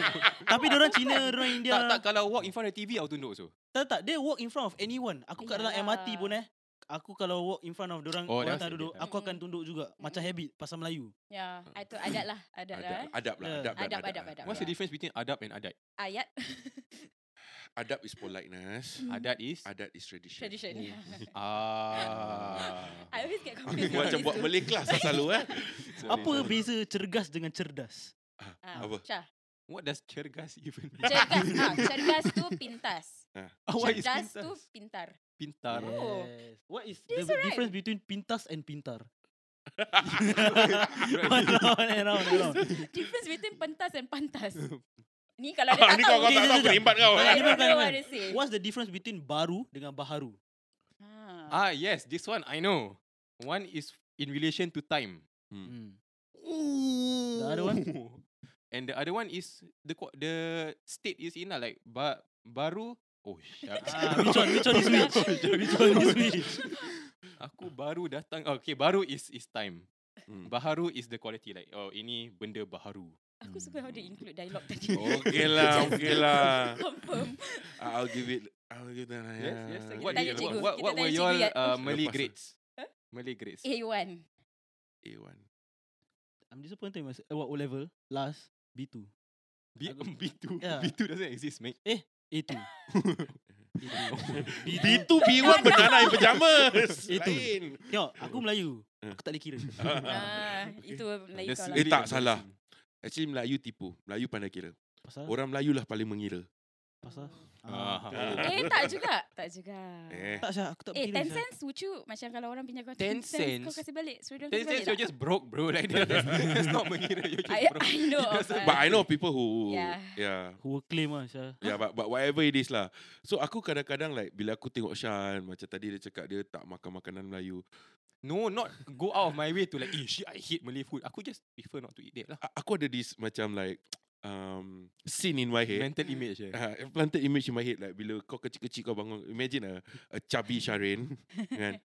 Speaker 6: Tapi orang Cina, orang India.
Speaker 4: tak, tak, kalau walk in front of the TV, I'll tunduk so.
Speaker 6: tak, tak. They walk in front of anyone. Aku kat dalam
Speaker 7: Iyalah.
Speaker 6: MRT pun eh. Aku kalau walk in front of orang
Speaker 4: Oh,
Speaker 6: orang
Speaker 4: that's
Speaker 6: tak duduk,
Speaker 4: habit,
Speaker 7: ah.
Speaker 6: aku akan tunduk juga. Macam habit pasal Melayu.
Speaker 7: Ya,
Speaker 5: Ah.
Speaker 7: itu adat lah, adat lah. eh.
Speaker 5: Adab, adab lah.
Speaker 6: Yeah.
Speaker 5: Adab,
Speaker 7: Adab,
Speaker 5: adab,
Speaker 7: adab, adab.
Speaker 4: Uh. What's the
Speaker 7: Yeah.
Speaker 4: difference between adab and adat?
Speaker 7: Ayat
Speaker 5: Adab is politeness.
Speaker 4: Adat is?
Speaker 5: Adat is tradition.
Speaker 7: Hmm. tradition.
Speaker 5: Hmm.
Speaker 4: Ah.
Speaker 7: I always get confused. with
Speaker 5: Macam
Speaker 7: these
Speaker 5: buat
Speaker 7: two.
Speaker 5: Malay class lah selalu eh.
Speaker 4: Sorry,
Speaker 6: Apa
Speaker 4: sorry.
Speaker 6: beza cergas dengan cerdas?
Speaker 7: Ah,
Speaker 5: Apa?
Speaker 7: Syah.
Speaker 4: What does cergas even mean?
Speaker 7: Cergas, ah, cergas tu pintas.
Speaker 4: Ah, what is
Speaker 7: Cerdas
Speaker 4: pintas?
Speaker 7: tu pintar.
Speaker 6: Ah.
Speaker 4: Pintar.
Speaker 7: Yeah. Oh.
Speaker 6: Yes. What is
Speaker 7: This
Speaker 6: the
Speaker 7: alright.
Speaker 6: difference between pintas and pintar? round and round and round.
Speaker 7: Difference between pentas and pantas. Ni kalau dia
Speaker 5: Ah,
Speaker 7: tak
Speaker 5: Ni kau
Speaker 7: tahu.
Speaker 5: kau tak
Speaker 6: Dia-
Speaker 5: tahu
Speaker 6: dia-
Speaker 5: perimbat kau.
Speaker 6: dia-
Speaker 7: I
Speaker 6: dia-
Speaker 7: don't
Speaker 6: dia-
Speaker 7: know
Speaker 6: dia-
Speaker 7: what to say.
Speaker 6: What's the difference between baru dengan baharu?
Speaker 7: Ah.
Speaker 4: Ah, yes, this one I know. One is in relation to time.
Speaker 6: Hmm.
Speaker 4: Ooh.
Speaker 6: other one?
Speaker 4: And the other one is the qua- the state is in lah like ba baru oh shucks.
Speaker 6: Ah, which one? Which one is which? which one is which?
Speaker 4: Aku baru datang. Oh, okay, baru is is time.
Speaker 5: Hmm.
Speaker 4: Baharu is the quality like oh ini benda baharu.
Speaker 7: Aku suka how they include dialogue tadi.
Speaker 5: Okay lah, okay lah.
Speaker 7: Confirm.
Speaker 5: I'll give it. I'll give that.
Speaker 4: Yes, yes.
Speaker 5: yeah.
Speaker 4: Ah. What,
Speaker 7: Tanya
Speaker 4: what,
Speaker 7: cikgu.
Speaker 4: what,
Speaker 7: Kita
Speaker 4: what
Speaker 7: tanya
Speaker 4: were
Speaker 7: cikgu
Speaker 4: your
Speaker 7: ya.
Speaker 4: uh, Malay
Speaker 5: Lepas tu.
Speaker 4: grades? Malay grades.
Speaker 7: A1.
Speaker 5: A1.
Speaker 6: I'm disappointed in myself. Eh, What O level? Last B2.
Speaker 4: B,
Speaker 6: Aku-
Speaker 4: B2.
Speaker 6: Yeah.
Speaker 4: B2 doesn't exist, mate.
Speaker 6: A2.
Speaker 5: B2, B1 banana in pajamas.
Speaker 6: Itu.
Speaker 5: Lain.
Speaker 6: Tengok, aku Melayu.
Speaker 5: Ah.
Speaker 6: Aku tak boleh kira.
Speaker 7: Ah, itu Melayu
Speaker 4: That's
Speaker 7: kau
Speaker 5: Eh
Speaker 7: lah.
Speaker 4: really
Speaker 5: tak
Speaker 4: embarrassing.
Speaker 5: salah. Actually Melayu tipu. Melayu pandai kira.
Speaker 6: Pasal?
Speaker 5: Orang Melayu lah paling mengira.
Speaker 6: Pasal?
Speaker 4: Ah.
Speaker 6: Ah.
Speaker 5: Oh,
Speaker 7: Eh, tak juga. Tak juga.
Speaker 5: Eh.
Speaker 6: Tak, Syah. Aku tak
Speaker 7: Eh,
Speaker 6: boleh kira.
Speaker 7: 10
Speaker 6: Syah.
Speaker 7: cents would you, macam kalau orang pinjam kau
Speaker 4: 10
Speaker 7: 10
Speaker 4: cents?
Speaker 7: cents, kau kasih balik. Suruh dia kasih
Speaker 4: Then since
Speaker 7: balik
Speaker 4: you're
Speaker 7: tak?
Speaker 4: just broke, bro. Like that. that's, that's not mengira. You're just
Speaker 7: I,
Speaker 4: broke.
Speaker 7: I know of
Speaker 5: But
Speaker 7: uh,
Speaker 5: I know people who
Speaker 7: Yeah.
Speaker 5: yeah.
Speaker 6: Who will claim lah, Syah.
Speaker 5: Yeah, but, but whatever it is lah. So aku kadang-kadang like bila aku tengok Shan macam tadi dia cakap dia tak makan makanan Melayu.
Speaker 4: No, not go out of my way to like, eh, shit, I hate Malay food. Aku just prefer not to eat that lah.
Speaker 5: A- aku ada this macam like um scene in my head.
Speaker 4: Mental image eh.
Speaker 5: Uh, planted image in my head like bila kau kecil-kecil kau bangun imagine a, a chubby Sharin kan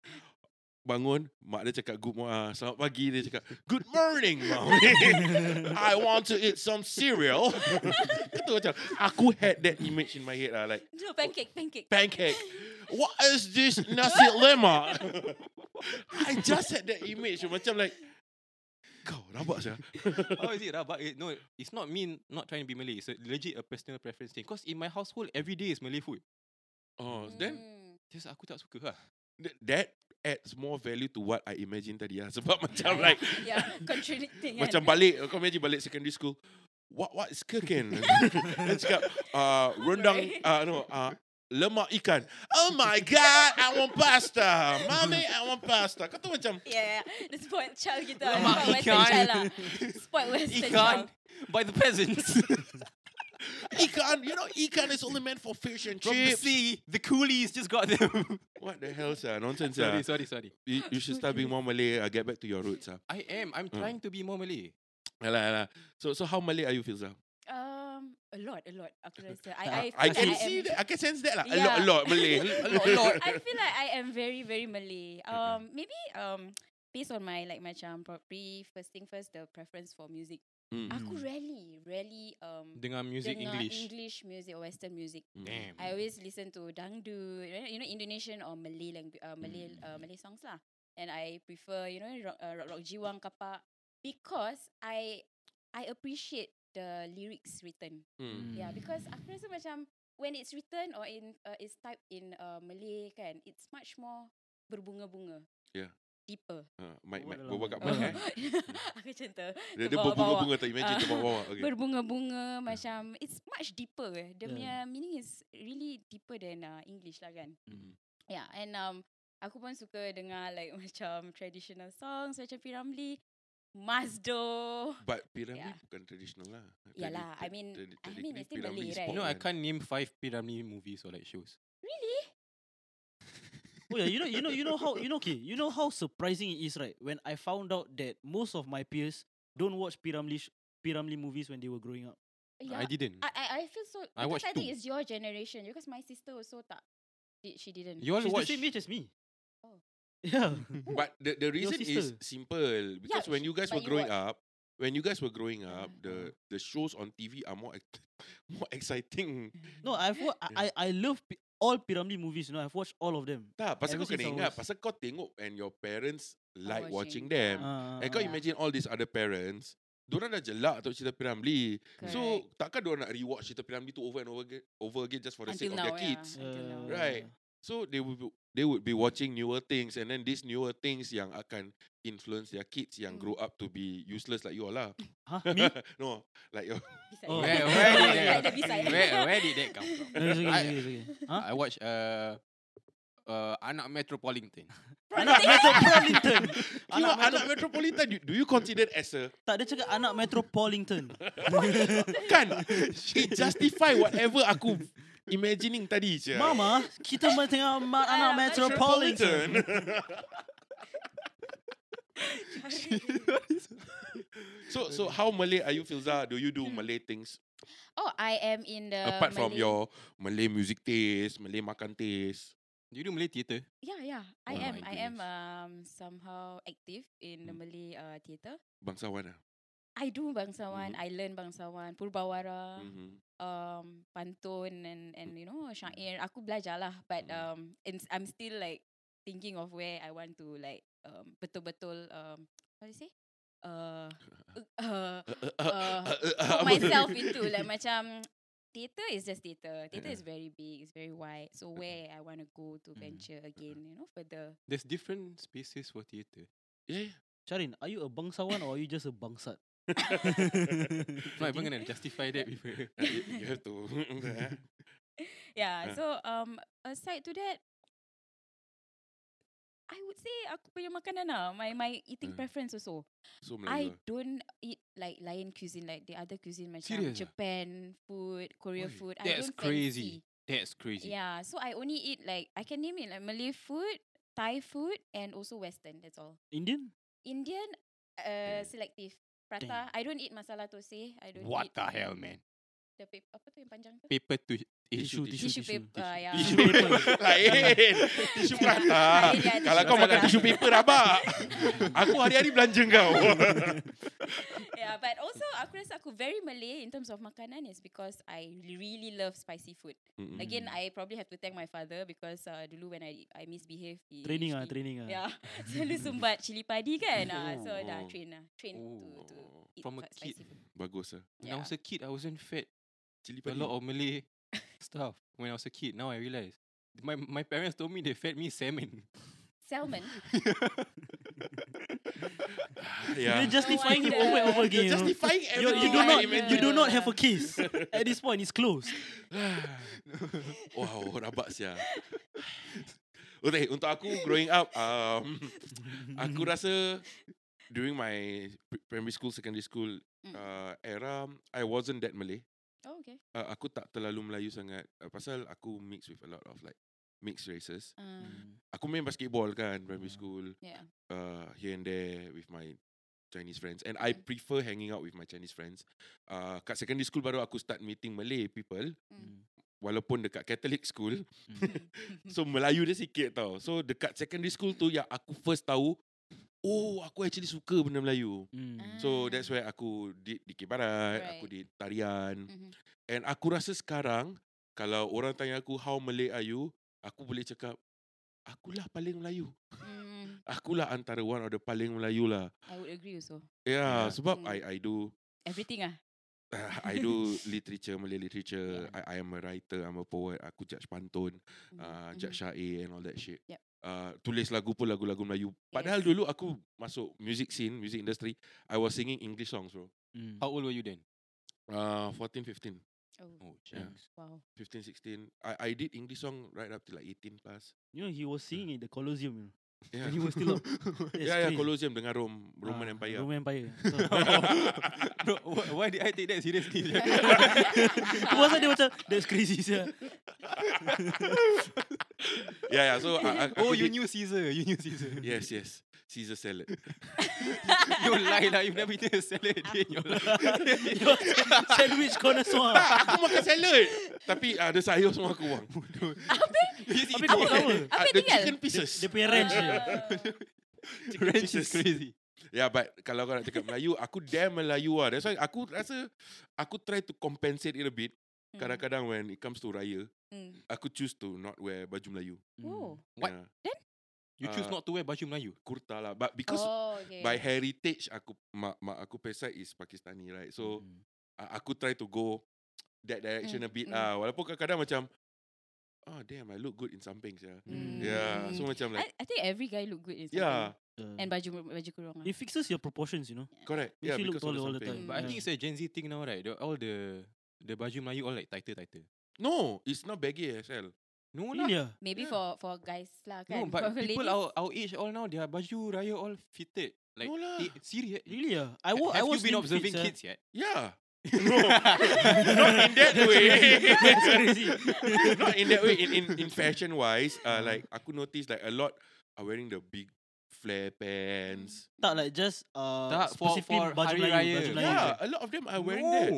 Speaker 5: bangun mak dia cakap good morning uh, selamat pagi dia cakap good morning mom I want to eat some cereal itu macam aku had that image in my head lah like
Speaker 7: No, pancake, pancake.
Speaker 5: pancake. What is this nasi lemak? I just had that image macam like kau rabak sia.
Speaker 4: How is it rabak? Eh, no, it's not me not trying to be Malay. It's a, legit a personal preference thing. Cause in my household, every day is Malay food.
Speaker 5: Oh, then
Speaker 7: Hmm.
Speaker 4: Just aku tak suka lah.
Speaker 5: th- that adds more value to what I imagine tadi lah. Sebab macam like
Speaker 7: yeah, contradicting. kan.
Speaker 5: macam balik kau imagine balik secondary school. What what is kekin? Dia cakap uh, rendang
Speaker 7: Sorry.
Speaker 5: uh, no uh, lemak ikan. Oh my god, I want pasta. Mommy, I want pasta. Kau tu macam
Speaker 7: Yeah, yeah, yeah. The spoiled child gitu. lah. Spoiled Western
Speaker 4: Lemak ikan.
Speaker 7: child lah. Spoiled Western child.
Speaker 4: Ikan by the peasants.
Speaker 5: ikan, you know ikan is only meant for fish and
Speaker 4: From the
Speaker 5: chips.
Speaker 4: sea, the coolies just got them.
Speaker 5: What the hell, sir? Nonsense, sir.
Speaker 4: sorry, sorry, sorry.
Speaker 5: You, you should start being more Malay. Uh, get back to your roots, sir.
Speaker 4: I am. I'm
Speaker 5: Mm.
Speaker 4: trying to be more Malay.
Speaker 5: Alah, alah. So, so how Malay are you, Filza?
Speaker 7: Um, a lot, a lot. Aku rasa. I, I, feel
Speaker 6: I-
Speaker 5: I
Speaker 7: like
Speaker 5: can
Speaker 7: I
Speaker 5: see
Speaker 7: am,
Speaker 5: that. I can sense that, lah. A
Speaker 7: Yeah.
Speaker 5: lot, a lot Malay.
Speaker 4: A lot, a lot.
Speaker 7: I feel like I am very, very Malay.
Speaker 5: Uh-uh.
Speaker 7: Um, maybe um, based on my like macam pro- pre first thing first, the preference for music.
Speaker 4: Hmm.
Speaker 5: Mm.
Speaker 7: Aku rarely, rarely um
Speaker 4: Dengar music
Speaker 7: dengar
Speaker 4: English.
Speaker 7: English music or Western music.
Speaker 4: Damn.
Speaker 5: Hmm.
Speaker 7: I always listen to dangdut, you know- you know Indonesian or Malay language, uh, Malay uh, Malay songs lah. And I prefer, you know, rock, uh, rock, rock jiwang kapak because I I appreciate the lyrics written.
Speaker 4: Hmm.
Speaker 6: Hmm.
Speaker 5: Mm.
Speaker 7: Yeah, because aku rasa macam when it's written or in uh, it's typed in uh, Malay kan, it's much more berbunga-bunga.
Speaker 5: Yeah.
Speaker 7: Deeper.
Speaker 5: Ha, mic,
Speaker 6: Bawa
Speaker 5: mic.
Speaker 6: dalam.
Speaker 5: Bawa kat
Speaker 7: Oh.
Speaker 5: mic eh.
Speaker 7: aku macam tu.
Speaker 5: Dia, dia berbunga-bunga tak imagine
Speaker 7: Ah.
Speaker 5: terbawa-bawa. Okay.
Speaker 7: Berbunga-bunga macam it's much deeper. eh. Dia
Speaker 6: Yeah.
Speaker 7: punya meaning is really deeper than uh, English lah kan.
Speaker 4: Hmm.
Speaker 5: Mm.
Speaker 7: Yeah, and um aku pun suka dengar like macam traditional songs macam P. Ramlee, Masdo.
Speaker 5: But Piramli
Speaker 7: Yeah.
Speaker 5: bukan traditional lah.
Speaker 7: Yalah, I mean- I mean, it's still Malay, right?
Speaker 4: You know, I
Speaker 5: kan.
Speaker 4: can't name five P. Ramlee movies or like shows.
Speaker 7: Really?
Speaker 6: Oh yeah, you know, you know, you know how you know. Okay, you know how surprising it is, right? When I found out that most of my peers don't watch Piramli sh- Piramli movies when they were growing up.
Speaker 7: Yeah.
Speaker 4: I didn't.
Speaker 7: I, I, Ya, I feel so
Speaker 4: I
Speaker 7: because
Speaker 4: watched
Speaker 7: I think
Speaker 4: two.
Speaker 7: it's your generation because my sister also tak. Did, she didn't.
Speaker 4: you all
Speaker 6: She's
Speaker 4: watch.
Speaker 6: the same age as me.
Speaker 7: Oh.
Speaker 6: Yeah.
Speaker 5: But the, the reason is
Speaker 6: sister.
Speaker 5: simple. Because when you guys
Speaker 7: but
Speaker 5: were
Speaker 7: you
Speaker 5: growing up, when you guys were growing up,
Speaker 7: Ah.
Speaker 5: the the shows on TV are more ex- more exciting.
Speaker 6: No, I've wa- I, I I love pi- all Piramli movies. You know, I've watched all of them.
Speaker 5: Tak, pasal kau
Speaker 6: Ever
Speaker 5: kena
Speaker 6: since I
Speaker 5: ingat.
Speaker 6: was-
Speaker 5: Pasal kau tengok and your parents like
Speaker 7: watching.
Speaker 5: watching, them.
Speaker 6: Uh,
Speaker 5: And Eh, kau
Speaker 7: Yeah.
Speaker 5: imagine all these other parents, Diorang dah jelak tau cerita Piramli. So
Speaker 7: Correct.
Speaker 5: takkan diorang nak rewatch cerita Piramli tu over and over again, over again just for the
Speaker 7: Until
Speaker 5: sake
Speaker 7: now,
Speaker 5: of their kids.
Speaker 7: yeah. Until now.
Speaker 5: Right. So they would be, they would be watching newer things and then these newer things yang akan influence their kids
Speaker 7: Mm.
Speaker 5: yang grow up to be useless like you all lah.
Speaker 6: Huh? Me?
Speaker 5: no, like your
Speaker 7: Beside.
Speaker 6: Oh.
Speaker 4: Where, where, did
Speaker 7: Like the
Speaker 4: that,
Speaker 7: beside.
Speaker 4: where, where did that come from?
Speaker 6: No,
Speaker 4: I-
Speaker 6: it's okay, it's okay, it's okay. Huh?
Speaker 4: I watch uh, uh, Anak Metropolitan.
Speaker 6: Anak Metropolitan.
Speaker 5: you
Speaker 6: anak
Speaker 5: are
Speaker 6: Metro-
Speaker 5: anak metropolitan. Do, do you consider it as a
Speaker 6: tak, dia cakap anak Metropolitan.
Speaker 5: kan? It justify whatever aku imagining tadi je.
Speaker 6: Mama, kita main tengah ma- anak
Speaker 7: Anak
Speaker 6: Metropolitan.
Speaker 5: so so how Malay are you, Filza? Do you do Malay things
Speaker 7: Oh, I am in the
Speaker 5: apart from
Speaker 7: Hmm. Malay-
Speaker 5: your Malay music taste, Malay makan taste?
Speaker 4: Do you do Malay theatre?
Speaker 7: Yeah, yeah. I
Speaker 5: Oh
Speaker 7: am.
Speaker 5: my
Speaker 7: I am um somehow active in the Malay uh, theatre.
Speaker 5: Bangsawan lah.
Speaker 7: I do bangsawan. I learn bangsawan, purbawara,
Speaker 5: Mhm.
Speaker 7: um pantun and and you know syair. Aku belajar lah, but um and s- I'm still like thinking of where I want to like um betul-betul um how do you say? Uh, uh, uh, put myself lah into like macam theater is just theater. Theater is very big, it's very wide. So where I want to go to venture again, you know, further.
Speaker 4: There's different spaces for theatre.
Speaker 5: Yeah.
Speaker 6: Charin, are you a bangsawan or are you just a bangsat?
Speaker 4: I'm not even gonna justify that with her.
Speaker 5: Uh, you, you have to.
Speaker 7: Yeah.
Speaker 4: Eh.
Speaker 5: Ah.
Speaker 7: So um aside to that I would say aku punya makanan lah, my my eating
Speaker 5: Ah.
Speaker 4: Mm.
Speaker 7: preference also.
Speaker 5: so
Speaker 7: I
Speaker 5: Melayu. lah.
Speaker 7: don't eat like lion cuisine like the other cuisine macam
Speaker 4: Serious ah?
Speaker 7: Japan food, Korea food. I
Speaker 4: That's
Speaker 7: don't
Speaker 4: crazy.
Speaker 7: fancy.
Speaker 4: That's crazy.
Speaker 7: Yeah, so I only eat like I can name it like Malay food, Thai food, and also Western. That's all.
Speaker 6: Indian?
Speaker 7: Indian, uh, selective. Prata. I don't eat masala thosai. I don't.
Speaker 4: What
Speaker 7: eat um
Speaker 4: the hell, man?
Speaker 7: The paper, apa tu yang panjang tu?
Speaker 4: Paper to issue.
Speaker 6: Tissue,
Speaker 4: tissue.
Speaker 7: Tissue,
Speaker 6: tissue,
Speaker 7: paper. Uh, yeah.
Speaker 5: Tissue
Speaker 6: Tissue
Speaker 5: paper.
Speaker 6: paper.
Speaker 5: Lain. Tissue
Speaker 7: Yeah.
Speaker 5: prata.
Speaker 7: Lain, yeah,
Speaker 5: Kalau
Speaker 7: tissue
Speaker 5: kau makan
Speaker 7: prata.
Speaker 5: tissue paper rabak. Aku hari-hari belanja kau.
Speaker 7: yeah, but also aku rasa aku very Malay in terms of makanan is because I really love spicy food. Again, I probably have to thank my father because uh, dulu when I I misbehave, he
Speaker 6: Training ah,
Speaker 7: actually-
Speaker 6: training ah.
Speaker 7: Yeah, selalu sumbat cili padi kan. ah, so dah
Speaker 5: Oh.
Speaker 7: train lah. Train to, to
Speaker 4: Oh,
Speaker 7: eat
Speaker 4: from a
Speaker 7: quite
Speaker 4: kid.
Speaker 7: spicy food.
Speaker 5: Bagus lah.
Speaker 4: When I was a kid, I wasn't fed a
Speaker 5: Cili padi.
Speaker 4: lot of Malay stuff. When I was a kid, now I realize my my parents told me they fed me salmon.
Speaker 7: Salmon.
Speaker 5: yeah.
Speaker 6: You're justifying him over and over again.
Speaker 5: You're
Speaker 6: you know.
Speaker 5: justifying
Speaker 6: You,
Speaker 5: everything.
Speaker 6: you do
Speaker 7: I
Speaker 6: not,
Speaker 7: imagine.
Speaker 6: you do not have a case. At this point, it's closed.
Speaker 5: wow, rabak sia. Okay, untuk aku growing up, um, aku rasa during my pri- primary school, secondary school
Speaker 7: Mm.
Speaker 5: uh, era, I wasn't that Malay.
Speaker 7: Oh, okay.
Speaker 5: Uh, aku tak terlalu Melayu sangat uh, pasal aku mix with a lot of like mixed races.
Speaker 7: Uh,
Speaker 6: Hmm.
Speaker 5: Aku main basketball kan primary
Speaker 6: Yeah.
Speaker 5: school
Speaker 7: yeah.
Speaker 5: uh, here and there with my Chinese friends and I
Speaker 7: Mm.
Speaker 5: prefer hanging out with my Chinese friends. Uh, kat secondary school baru aku start meeting Malay people
Speaker 7: Mm.
Speaker 5: walaupun dekat Catholic school. so Melayu dia sikit tau. So dekat secondary school tu yang aku first tahu oh aku actually suka benda Melayu.
Speaker 6: Mm.
Speaker 7: Um,
Speaker 5: So that's where aku did Dikir Barat, right. aku
Speaker 7: Right.
Speaker 5: did tarian.
Speaker 7: Mhm.
Speaker 5: And aku rasa sekarang kalau orang tanya aku how Malay are you, aku boleh cakap akulah paling Melayu.
Speaker 7: Mm,
Speaker 5: Akulah antara one of the paling Melayu lah.
Speaker 7: I would agree also.
Speaker 5: Yeah,
Speaker 4: Ya,
Speaker 7: Yeah.
Speaker 5: sebab
Speaker 7: Hmm.
Speaker 5: I I do
Speaker 7: Everything ah.
Speaker 5: I do literature, Malay literature.
Speaker 4: Ya.
Speaker 7: Yeah.
Speaker 5: I, I am a writer, I'm a poet. Aku judge pantun,
Speaker 7: Mhm,
Speaker 4: Hmm,
Speaker 5: uh,
Speaker 7: mhm.
Speaker 5: judge syair and all that shit.
Speaker 4: Ya.
Speaker 7: Yep.
Speaker 5: Uh, tulis lagu pun lagu-lagu Melayu. Padahal
Speaker 7: Yes.
Speaker 5: dulu aku masuk music scene, music industry, I was singing English songs bro.
Speaker 6: Mm.
Speaker 4: How old were you then?
Speaker 5: Uh, 14, 15.
Speaker 7: Oh,
Speaker 4: Oh,
Speaker 5: Yeah.
Speaker 4: shucks.
Speaker 7: wow.
Speaker 5: 15, 16. I, I did English song right up to like 18 plus.
Speaker 6: You know, he was singing in the Colosseum. You know.
Speaker 5: Yeah.
Speaker 6: When he was still up. That's
Speaker 5: yeah, yeah,
Speaker 6: crazy.
Speaker 5: Colosseum dengan Rome, Roman
Speaker 6: Ah,
Speaker 5: Empire.
Speaker 6: Roman Empire.
Speaker 4: Bro, wh- why did I take that seriously?
Speaker 6: Tu pasal dia macam, that's crazy. sia.
Speaker 5: yeah, yeah. So, uh, I, I,
Speaker 4: oh,
Speaker 5: aku
Speaker 4: you
Speaker 5: did-
Speaker 4: knew Caesar. You knew Caesar.
Speaker 5: Yes, yes. Caesar salad.
Speaker 4: Don't lie lah. You've never eaten a salad day in your life.
Speaker 6: You are Sandwich connoisseur.
Speaker 5: aku makan salad. Tapi ada sayur semua aku buang.
Speaker 4: He's
Speaker 6: Habis
Speaker 4: eating
Speaker 6: kau sama.
Speaker 5: Ah,
Speaker 7: Apa
Speaker 5: the
Speaker 7: tinggal?
Speaker 5: chicken pieces.
Speaker 6: Dia punya ranch je.
Speaker 4: ranch is
Speaker 5: Jesus.
Speaker 4: crazy.
Speaker 5: Yeah, Ya, but kalau kau nak cakap Melayu, aku damn Melayu lah. That's why aku rasa, aku try to compensate it a bit.
Speaker 7: Mm,
Speaker 5: Kadang-kadang when it comes to raya,
Speaker 7: mm.
Speaker 5: aku choose to not wear baju Melayu.
Speaker 7: Oh.
Speaker 4: What?
Speaker 5: Yeah,
Speaker 4: You choose
Speaker 5: Mm. Uh,
Speaker 4: not to wear baju Melayu.
Speaker 5: kurta lah. But because
Speaker 7: oh, okay.
Speaker 5: by heritage aku mak mak aku punya side is Pakistani right so
Speaker 6: Mm.
Speaker 5: uh, aku try to go that direction
Speaker 7: Mm,
Speaker 5: a bit
Speaker 7: mm.
Speaker 5: lah walaupun kadang-kadang macam oh damn I look good in something yeah
Speaker 4: Hmm.
Speaker 7: Mm.
Speaker 5: yeah so macam
Speaker 7: I,
Speaker 5: like
Speaker 7: I think every guy look good in something.
Speaker 5: yeah
Speaker 6: Uh,
Speaker 7: And baju baju kurung. lah.
Speaker 6: Hmm. It fixes your proportions, you know.
Speaker 5: correct
Speaker 6: Makes
Speaker 5: yeah
Speaker 6: you look
Speaker 5: because of
Speaker 6: taller all the
Speaker 5: something.
Speaker 6: time.
Speaker 4: But I
Speaker 6: Yeah.
Speaker 4: think it's a Gen Z thing now, right? The, all the the baju Melayu all like tighter, tighter.
Speaker 5: no it's not baggy as hell
Speaker 4: No lah.
Speaker 6: Really ah?
Speaker 7: Maybe
Speaker 5: Yeah.
Speaker 7: for for guys lah kan.
Speaker 4: No, but
Speaker 7: for
Speaker 4: people
Speaker 7: ladies.
Speaker 4: our, our age all now, their baju raya all fitted. Like,
Speaker 5: No lah.
Speaker 4: eh, serious.
Speaker 6: Really ah? I wa- I
Speaker 4: Have
Speaker 6: was
Speaker 4: you been
Speaker 6: slim
Speaker 4: observing
Speaker 6: fit, sia.
Speaker 4: kids yet?
Speaker 5: yeah no not in that way
Speaker 6: That's crazy.
Speaker 5: not in that way in in, in fashion wise uh, like aku notice like a lot are wearing the big flare pants
Speaker 6: tak like just uh,
Speaker 4: Tak, for-
Speaker 6: specifically
Speaker 4: for
Speaker 6: baju
Speaker 4: Hari
Speaker 6: Melayu,
Speaker 4: Raya.
Speaker 6: baju Melayu.
Speaker 5: yeah a lot of them are wearing that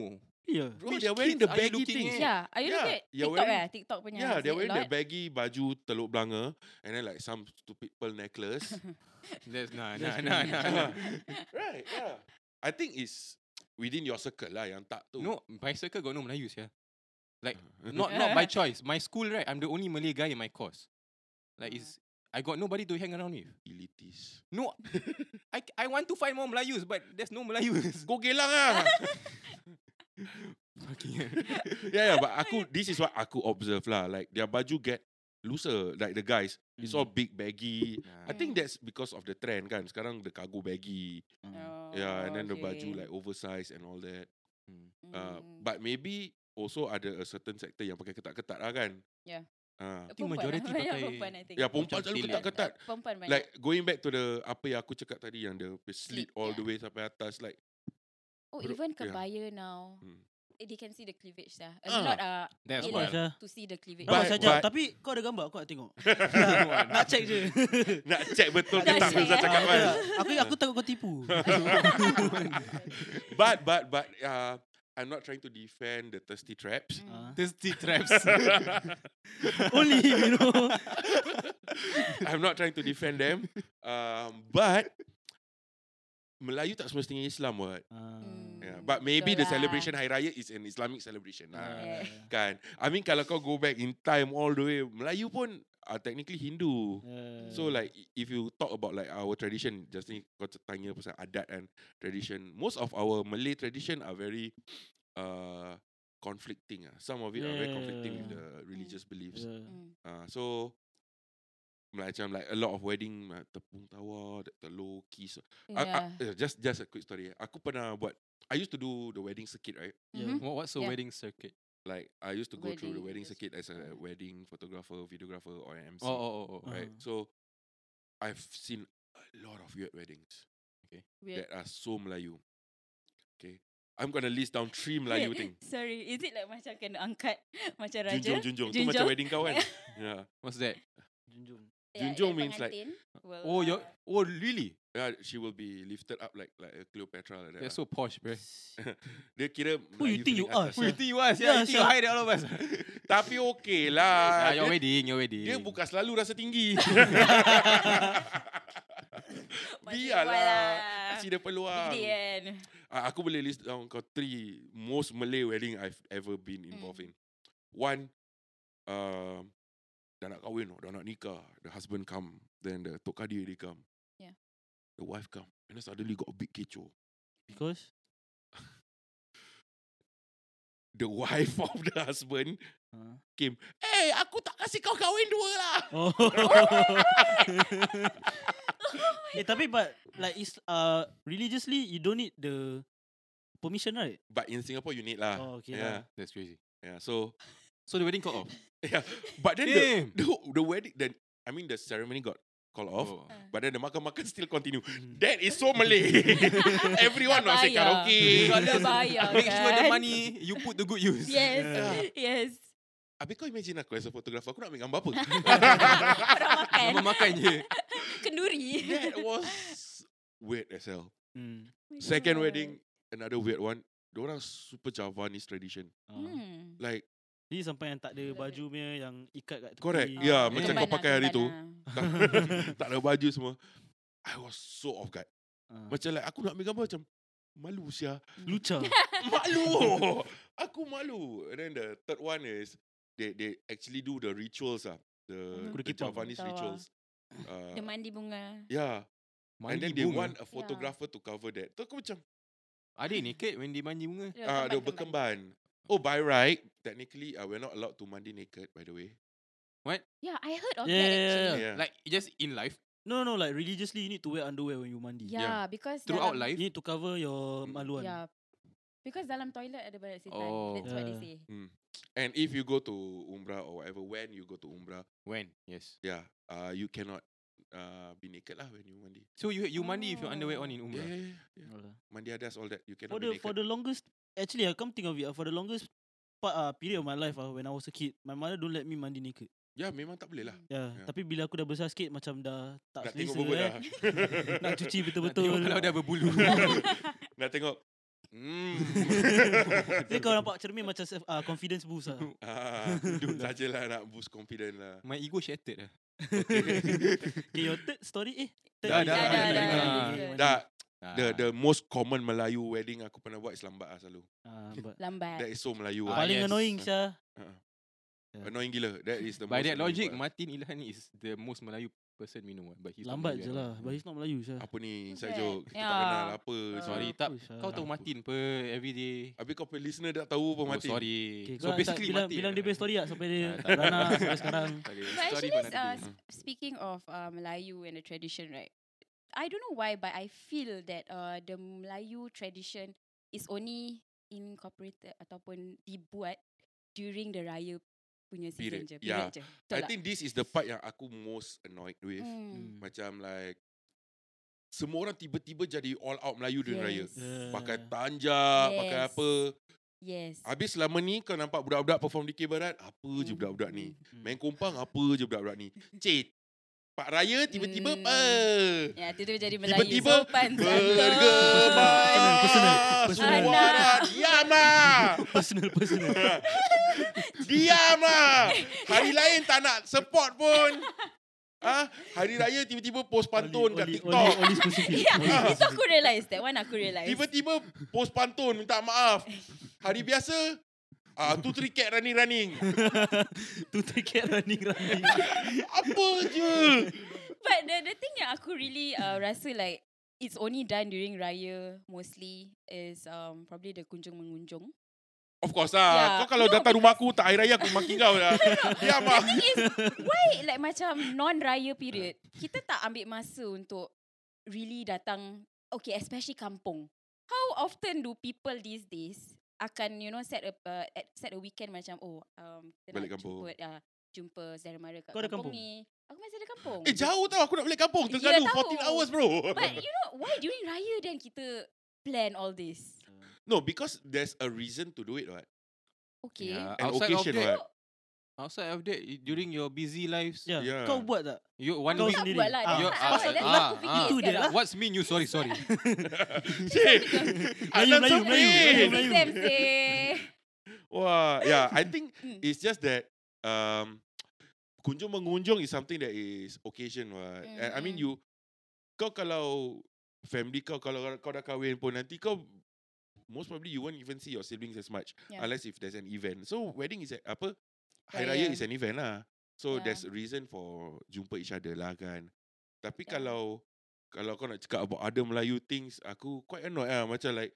Speaker 6: Yeah.
Speaker 5: Bro,
Speaker 4: Which
Speaker 5: they're wearing the
Speaker 4: kids are you
Speaker 5: baggy
Speaker 4: looking
Speaker 5: things.
Speaker 4: at?
Speaker 7: Yeah, are you
Speaker 5: Yeah,
Speaker 7: looking at
Speaker 5: you're
Speaker 7: TikTok
Speaker 5: wearing-
Speaker 7: eh? TikTok punya.
Speaker 5: Yeah,
Speaker 7: is
Speaker 5: they're
Speaker 7: it a
Speaker 5: wearing the
Speaker 7: lot?
Speaker 5: baggy baju teluk belanga and then like some stupid pearl necklace.
Speaker 4: That's nah, nah,
Speaker 6: That's
Speaker 4: nah,
Speaker 6: crazy.
Speaker 4: nah, nah.
Speaker 5: right, yeah. I think it's within your circle lah yang tak tu.
Speaker 4: No, my circle got no Melayus, yeah.
Speaker 5: Uh,
Speaker 4: Not not by choice. My school, right? I'm the only Malay guy in my course.
Speaker 7: Ah.
Speaker 4: Like,
Speaker 5: Uh-huh.
Speaker 4: it's I got nobody to hang around with.
Speaker 5: elitis.
Speaker 4: No, I, I want to find more Melayus, but there's no Melayus.
Speaker 5: Go gelang ah.
Speaker 4: Fucking hell.
Speaker 5: yeah, yeah, but aku this is what aku observe lah. Like their baju get looser like the guys. It's all big baggy. I think
Speaker 7: Hmm.
Speaker 5: that's because of the trend kan. Sekarang the cargo baggy.
Speaker 7: Oh,
Speaker 5: yeah, and then the
Speaker 7: okay. Hmm.
Speaker 5: baju like oversized and all that. Uh,
Speaker 7: Mm.
Speaker 5: but maybe also ada a certain sector yang pakai ketat-ketat lah kan.
Speaker 7: Yeah.
Speaker 5: Uh,
Speaker 7: Perempuan
Speaker 4: think
Speaker 7: lah,
Speaker 4: majority
Speaker 7: banyak
Speaker 4: pakai-
Speaker 7: perempuan, I think.
Speaker 5: ya perempuan
Speaker 4: Macam
Speaker 5: selalu
Speaker 4: silat.
Speaker 5: ketat-ketat.
Speaker 7: Perempuan banyak.
Speaker 5: Like going back to the apa yang aku cakap tadi yang the slit
Speaker 7: Slit,
Speaker 5: all
Speaker 7: yeah.
Speaker 5: the way sampai atas like
Speaker 7: oh,
Speaker 5: bro-
Speaker 7: even
Speaker 5: yeah.
Speaker 7: kebaya now.
Speaker 5: Hmm.
Speaker 7: Eh, they can see the cleavage dah. A
Speaker 5: Ah.
Speaker 7: lot are
Speaker 4: That's
Speaker 7: They
Speaker 6: Nampak
Speaker 4: why.
Speaker 7: like-
Speaker 6: saja.
Speaker 7: to see the cleavage.
Speaker 5: But-
Speaker 6: Nampak
Speaker 5: But-
Speaker 6: saja.
Speaker 5: but-
Speaker 6: Tapi kau ada gambar, kau nak tengok. Nak- Nak check je.
Speaker 5: nak check betul ke
Speaker 7: Nak
Speaker 5: tak
Speaker 7: check,
Speaker 5: Mirza
Speaker 7: eh.
Speaker 5: cakap kan.
Speaker 6: Ah, Aku aku takut kau tipu.
Speaker 5: But but but uh, I'm not trying to defend the thirsty traps.
Speaker 6: Ah.
Speaker 4: Thirsty traps.
Speaker 6: Only him, you know.
Speaker 5: I'm not trying to defend them. Um, but Melayu tak semestinya Islam what.
Speaker 6: Ah.
Speaker 5: Yeah.
Speaker 7: Mm,
Speaker 5: But maybe
Speaker 7: betul lah.
Speaker 5: the
Speaker 7: Hmm.
Speaker 5: celebration Hari Raya is an Islamic celebration
Speaker 6: Ah.
Speaker 5: lah.
Speaker 7: Yeah.
Speaker 5: Kan? I mean kalau kau go back in time all the way, Melayu pun uh, technically Hindu.
Speaker 6: Yeah.
Speaker 5: So
Speaker 7: Hmm.
Speaker 5: like i- if you talk about like our tradition, just ni kau c- tanya pasal adat and tradition. Most of our Malay tradition are very uh, conflicting. Ah, some of it are very conflicting with the
Speaker 6: Yeah.
Speaker 5: religious beliefs.
Speaker 6: Yeah.
Speaker 7: Mm.
Speaker 5: Ah, so macam like a lot of wedding uh, tepung tawar, the telur, kiss. Ah, ah,
Speaker 7: Yeah.
Speaker 5: eh, just just a quick story. Aku pernah buat. I used to do the wedding circuit, right?
Speaker 7: Mhm.
Speaker 4: what, what's a
Speaker 7: Yeah.
Speaker 4: wedding circuit?
Speaker 5: Like I used to go through the
Speaker 7: Wedding
Speaker 5: wedding circuit
Speaker 7: industry.
Speaker 5: as a
Speaker 7: Ah.
Speaker 5: wedding photographer, videographer, or an MC
Speaker 4: Oh, oh, oh, oh.
Speaker 5: right?
Speaker 6: Uh-huh.
Speaker 5: So I've seen a lot of weird weddings
Speaker 7: Weird.
Speaker 5: that are so Melayu. Okay, I'm gonna list down three Melayu
Speaker 7: Wait,
Speaker 5: thing.
Speaker 7: Sorry, is it like macam kena angkat macam raja?
Speaker 5: Junjung, junjung, tu macam
Speaker 7: Junjung.
Speaker 5: wedding kau kan? yeah,
Speaker 4: What's that?
Speaker 6: Junjung.
Speaker 5: junjung means like-
Speaker 7: like
Speaker 4: Oh, you oh really?
Speaker 5: yeah. She will be lifted up like like a Cleopatra like that.
Speaker 4: That's so
Speaker 5: lah.
Speaker 4: posh, bro.
Speaker 5: Dia kira
Speaker 6: Who
Speaker 5: Melayu
Speaker 6: you think you
Speaker 5: feeling
Speaker 6: are,
Speaker 5: atas
Speaker 4: Who you
Speaker 5: lah.
Speaker 4: think you are?
Speaker 6: Yeah,
Speaker 4: Yeah, you think you
Speaker 6: sia.
Speaker 4: hide all of us.
Speaker 5: Tapi okay lah.
Speaker 4: Ah, your
Speaker 5: Dia-
Speaker 4: wedding, your wedding.
Speaker 5: Dia bukan selalu rasa tinggi. Biarlah. Kasih dia peluang.
Speaker 7: Bidik kan.
Speaker 5: Ah, aku boleh list down kau three most Malay wedding I've ever been involved in. One, uh, dah nak kahwin, dah nak nikah. The husband come, then the tok kadi they come.
Speaker 7: Yeah.
Speaker 5: The wife come, and then suddenly got a big kecoh.
Speaker 6: Because
Speaker 5: The wife of the husband
Speaker 6: uh.
Speaker 5: came, Hey, aku tak kasih kau kahwin dua lah.
Speaker 6: Oh. eh, tapi but like is uh religiously you don't need the permission right?
Speaker 5: But in Singapore, you need lah.
Speaker 6: Oh, okay
Speaker 4: Ah,
Speaker 5: yeah,
Speaker 4: That's crazy.
Speaker 5: yeah. So,
Speaker 4: So the wedding caught off.
Speaker 5: but then
Speaker 4: Damn.
Speaker 5: the, the the wedding, the I mean the ceremony got called off.
Speaker 4: Oh.
Speaker 5: But then the makan-makan still continue.
Speaker 6: Hmm.
Speaker 5: That is so Malay. Everyone nak say
Speaker 7: Bayar.
Speaker 5: karaoke.
Speaker 7: Dah bayar
Speaker 4: Make sure the
Speaker 7: kan?
Speaker 4: money you put to good use.
Speaker 7: Yes.
Speaker 5: Yeah.
Speaker 7: Yes.
Speaker 5: Habis kau imagine aku as a photographer, aku nak ambil gambar apa?
Speaker 7: Orang makan.
Speaker 4: Nama makan je.
Speaker 7: Kenduri.
Speaker 5: That was weird as hell.
Speaker 6: Mm.
Speaker 5: Second wedding, another weird one. Diorang super Javanese tradition.
Speaker 6: Uh.
Speaker 7: Hmm.
Speaker 5: Like,
Speaker 6: Jadi sampai yang tak ada
Speaker 7: Love it.
Speaker 6: baju punya yang ikat kat tepi. Ah.
Speaker 5: Correct. Yeah,
Speaker 7: Ah,
Speaker 5: macam
Speaker 7: tumban
Speaker 5: kau
Speaker 7: lah,
Speaker 5: pakai hari
Speaker 7: tumban
Speaker 5: tu.
Speaker 7: lah.
Speaker 5: tak, tak ada baju semua. I was so off guard.
Speaker 6: Ah.
Speaker 5: Macam like, aku nak ambil gambar macam, malu sia.
Speaker 6: Lucha.
Speaker 5: malu. Aku malu. And then the third one is they they actually do the rituals ah, the,
Speaker 7: Mhm.
Speaker 5: the
Speaker 6: Kuda kepang.
Speaker 5: Javanese
Speaker 7: Tahu ah.
Speaker 5: rituals.
Speaker 7: Dia
Speaker 5: Uh,
Speaker 7: mandi bunga.
Speaker 5: yeah, and
Speaker 4: Mandi
Speaker 5: then they
Speaker 4: bunga.
Speaker 5: want a photographer to cover that. Tu aku macam
Speaker 4: Ada naked when they mandi bunga.
Speaker 5: ah dia berkemban. Oh by right, technically uh, we're not allowed to mandi naked by the way.
Speaker 7: Yeah, I heard of
Speaker 6: Yeah,
Speaker 7: that
Speaker 6: yeah,
Speaker 7: actually.
Speaker 6: yeah.
Speaker 5: Yeah.
Speaker 4: Like just in life
Speaker 6: No, no, like religiously you need to wear underwear when you mandi.
Speaker 7: Yeah,
Speaker 5: Yeah.
Speaker 7: because
Speaker 4: throughout
Speaker 7: dalam,
Speaker 4: life.
Speaker 6: You need to cover your
Speaker 5: Mm.
Speaker 6: maluan.
Speaker 7: Yeah. Because dalam toilet ada banyak setan.
Speaker 4: Oh.
Speaker 7: That's what they say.
Speaker 6: Yeah.
Speaker 5: Hmm. And if you go to umrah or whatever, when you go to umrah,
Speaker 4: When? Yes.
Speaker 5: yeah, uh, you cannot uh, be naked lah when you mandi.
Speaker 4: So you you mandi with your underwear on in
Speaker 5: Yeah,
Speaker 4: Umrah.
Speaker 5: yeah, yeah, yeah.
Speaker 7: Oh.
Speaker 5: Mandi hadas all that. You
Speaker 6: For
Speaker 5: cannot
Speaker 6: the
Speaker 5: be naked.
Speaker 6: for the longest actually I come think of it ah, for the longest part uh, period of my life uh, when I was a kid, my mother don't let me mandi naked.
Speaker 5: yeah, memang tak boleh lah.
Speaker 6: Yeah,
Speaker 5: Yeah.
Speaker 6: yeah. tapi bila aku dah besar sikit macam dah tak
Speaker 5: Nak tengok
Speaker 6: selesa
Speaker 5: bobot
Speaker 6: eh.
Speaker 5: dah.
Speaker 6: Nak cuci
Speaker 4: Nak tengok
Speaker 6: betul-betul.
Speaker 4: Kalau dah berbulu.
Speaker 5: Nak tengok. Hmm.
Speaker 6: Jadi kau nampak cermin macam self, uh, confidence boost lah.
Speaker 5: ah, sajalah nak boost confidence lah.
Speaker 4: My ego shattered lah.
Speaker 6: Okay, your third story eh. Third
Speaker 5: Dah,
Speaker 6: is-
Speaker 5: dah, dah,
Speaker 6: ah,
Speaker 5: dah,
Speaker 7: dah.
Speaker 5: Dah,
Speaker 4: Ah.
Speaker 5: the the most common Melayu wedding aku pernah buat is lambat lah selalu.
Speaker 6: Ah, but
Speaker 7: Lambat.
Speaker 5: That is so Melayu
Speaker 4: Ah,
Speaker 5: lah.
Speaker 6: Paling
Speaker 4: yes.
Speaker 6: annoying sah.
Speaker 5: Annoying gila. That is the
Speaker 4: By
Speaker 5: most
Speaker 4: that
Speaker 5: annoying
Speaker 4: logic,
Speaker 5: part.
Speaker 4: Martin Ilhan is the most Melayu person we know. But he's not
Speaker 6: Lambat
Speaker 4: Melayu at
Speaker 6: je
Speaker 4: all.
Speaker 6: lah. But he's not Melayu sah.
Speaker 5: Apa ni,
Speaker 7: Who's
Speaker 5: side
Speaker 7: that?
Speaker 5: joke. Kita tak
Speaker 7: Yeah.
Speaker 5: kenal apa. Sorry.
Speaker 4: Sorry, tak.
Speaker 6: Bagus lah.
Speaker 4: Kau tahu Martin pe every day.
Speaker 5: Habis kau punya listener tak tahu pun
Speaker 4: Oh,
Speaker 5: mati.
Speaker 4: sorry.
Speaker 6: Okay,
Speaker 4: so basically Martin.
Speaker 6: bilang,
Speaker 5: lah.
Speaker 6: bilang dia punya story tak sampai dia
Speaker 4: Ah, tak ada.
Speaker 6: beranak sampai sekarang.
Speaker 4: Tak ada.
Speaker 7: But
Speaker 4: Story
Speaker 7: actually,
Speaker 4: for
Speaker 7: uh,
Speaker 4: another day.
Speaker 5: Mm.
Speaker 7: s- speaking of uh, Melayu and the tradition, right? I don't know why, but I feel that uh, the Melayu tradition is only incorporated ataupun dibuat during the raya punya season
Speaker 5: Period.
Speaker 7: je.
Speaker 5: Yeah.
Speaker 7: Period je. Betul
Speaker 5: I
Speaker 7: tak?
Speaker 5: think hmm, this is the part yang aku most annoyed with.
Speaker 7: Mm.
Speaker 5: Macam like, semua orang tiba-tiba jadi all out Melayu during raya.
Speaker 7: Yes.
Speaker 5: Pakai tanjak, pakai
Speaker 7: Yes.
Speaker 5: apa.
Speaker 7: Yes.
Speaker 5: Habis selama ni kau nampak budak-budak perform di Barat, apa je
Speaker 7: Mm,
Speaker 5: budak-budak ni.
Speaker 7: mm.
Speaker 6: Hmm.
Speaker 5: Main kompang, apa je budak-budak ni. Cik, Pak Raya tiba-tiba,
Speaker 6: Hmm.
Speaker 7: Mm.
Speaker 5: mm.
Speaker 7: Ya, tiba-tiba jadi Melayu.
Speaker 5: Tiba-tiba
Speaker 7: Sopan
Speaker 5: bergemas.
Speaker 6: lah. Personal, personal.
Speaker 5: Suara diamlah.
Speaker 6: Personal, personal.
Speaker 5: Diamlah. lah. Hari lain tak nak support pun. Ah, hari raya tiba-tiba post pantun kat
Speaker 6: Only- only-
Speaker 5: TikTok. Ah.
Speaker 6: Only specific.
Speaker 7: Yeah,
Speaker 6: only
Speaker 7: itu
Speaker 6: specific.
Speaker 7: aku realise. That one aku realise.
Speaker 5: Tiba-tiba post pantun minta maaf. Hari biasa Ah, tu three cat running running.
Speaker 6: Tu tiket running running.
Speaker 5: Apa je?
Speaker 7: But the the thing yang aku really uh, rasa like it's only done during raya mostly is um probably the kunjung mengunjung.
Speaker 5: Of course
Speaker 6: Ya.
Speaker 7: Yeah.
Speaker 5: lah. Kau kalau
Speaker 7: No,
Speaker 5: datang rumah aku tak air raya aku maki kau lah. Diam lah.
Speaker 7: Thing is why like macam non raya period kita tak ambil masa untuk really datang okay especially kampung. How often do people these days akan you know set a uh, at- set a weekend macam oh um kita nak
Speaker 5: Balik kampung.
Speaker 7: jumpa uh, jumpa saudara mara kat
Speaker 6: Kau ada kampung?
Speaker 7: ni. Aku masih ada kampung.
Speaker 5: Eh jauh tau aku nak balik kampung.
Speaker 7: Ya,
Speaker 5: Terengganu
Speaker 7: tahu.
Speaker 5: 14 hours bro.
Speaker 7: But you know why during raya then kita plan all this?
Speaker 5: Ya. No, because there's a reason to do it, right?
Speaker 7: Okay.
Speaker 4: Yeah,
Speaker 5: An
Speaker 4: outside of
Speaker 5: occasion,
Speaker 4: that,
Speaker 5: what?
Speaker 4: outside of that, i- during your busy lives,
Speaker 6: Yeah.
Speaker 5: Yeah.
Speaker 6: Kau buat tak?
Speaker 4: you one
Speaker 6: Kau
Speaker 4: week.
Speaker 7: tak
Speaker 6: sendiri.
Speaker 7: buat lah.
Speaker 6: Ah,
Speaker 7: That's
Speaker 4: you-
Speaker 7: what-
Speaker 4: ah,
Speaker 7: that's what- that's
Speaker 4: ah,
Speaker 7: what aku fikir
Speaker 4: ah.
Speaker 6: Itu dia
Speaker 7: sekarang.
Speaker 6: lah.
Speaker 4: What's mean you? Sorry, sorry.
Speaker 5: Cik, Anan
Speaker 6: Melayu, Melayu,
Speaker 5: Sopin.
Speaker 6: Melayu, Melayu.
Speaker 7: Exam seh.
Speaker 5: Wah, yeah, I think
Speaker 7: Mm.
Speaker 5: it's just that um kunjung mengunjung is something that is occasion, right? I mean
Speaker 7: Mm.
Speaker 5: you kau kalau family kau kalau kau dah kahwin pun nanti kau most probably you won't even see your siblings as much
Speaker 7: Yeah.
Speaker 5: unless if there's an event. So wedding is a, apa? Hari
Speaker 7: Raya.
Speaker 5: Raya is an event lah. So
Speaker 7: Yeah.
Speaker 5: there's a reason for jumpa each other lah kan. Tapi
Speaker 7: Yeah.
Speaker 5: kalau kalau kau nak cakap about other Melayu things, aku quite annoyed lah. Macam like,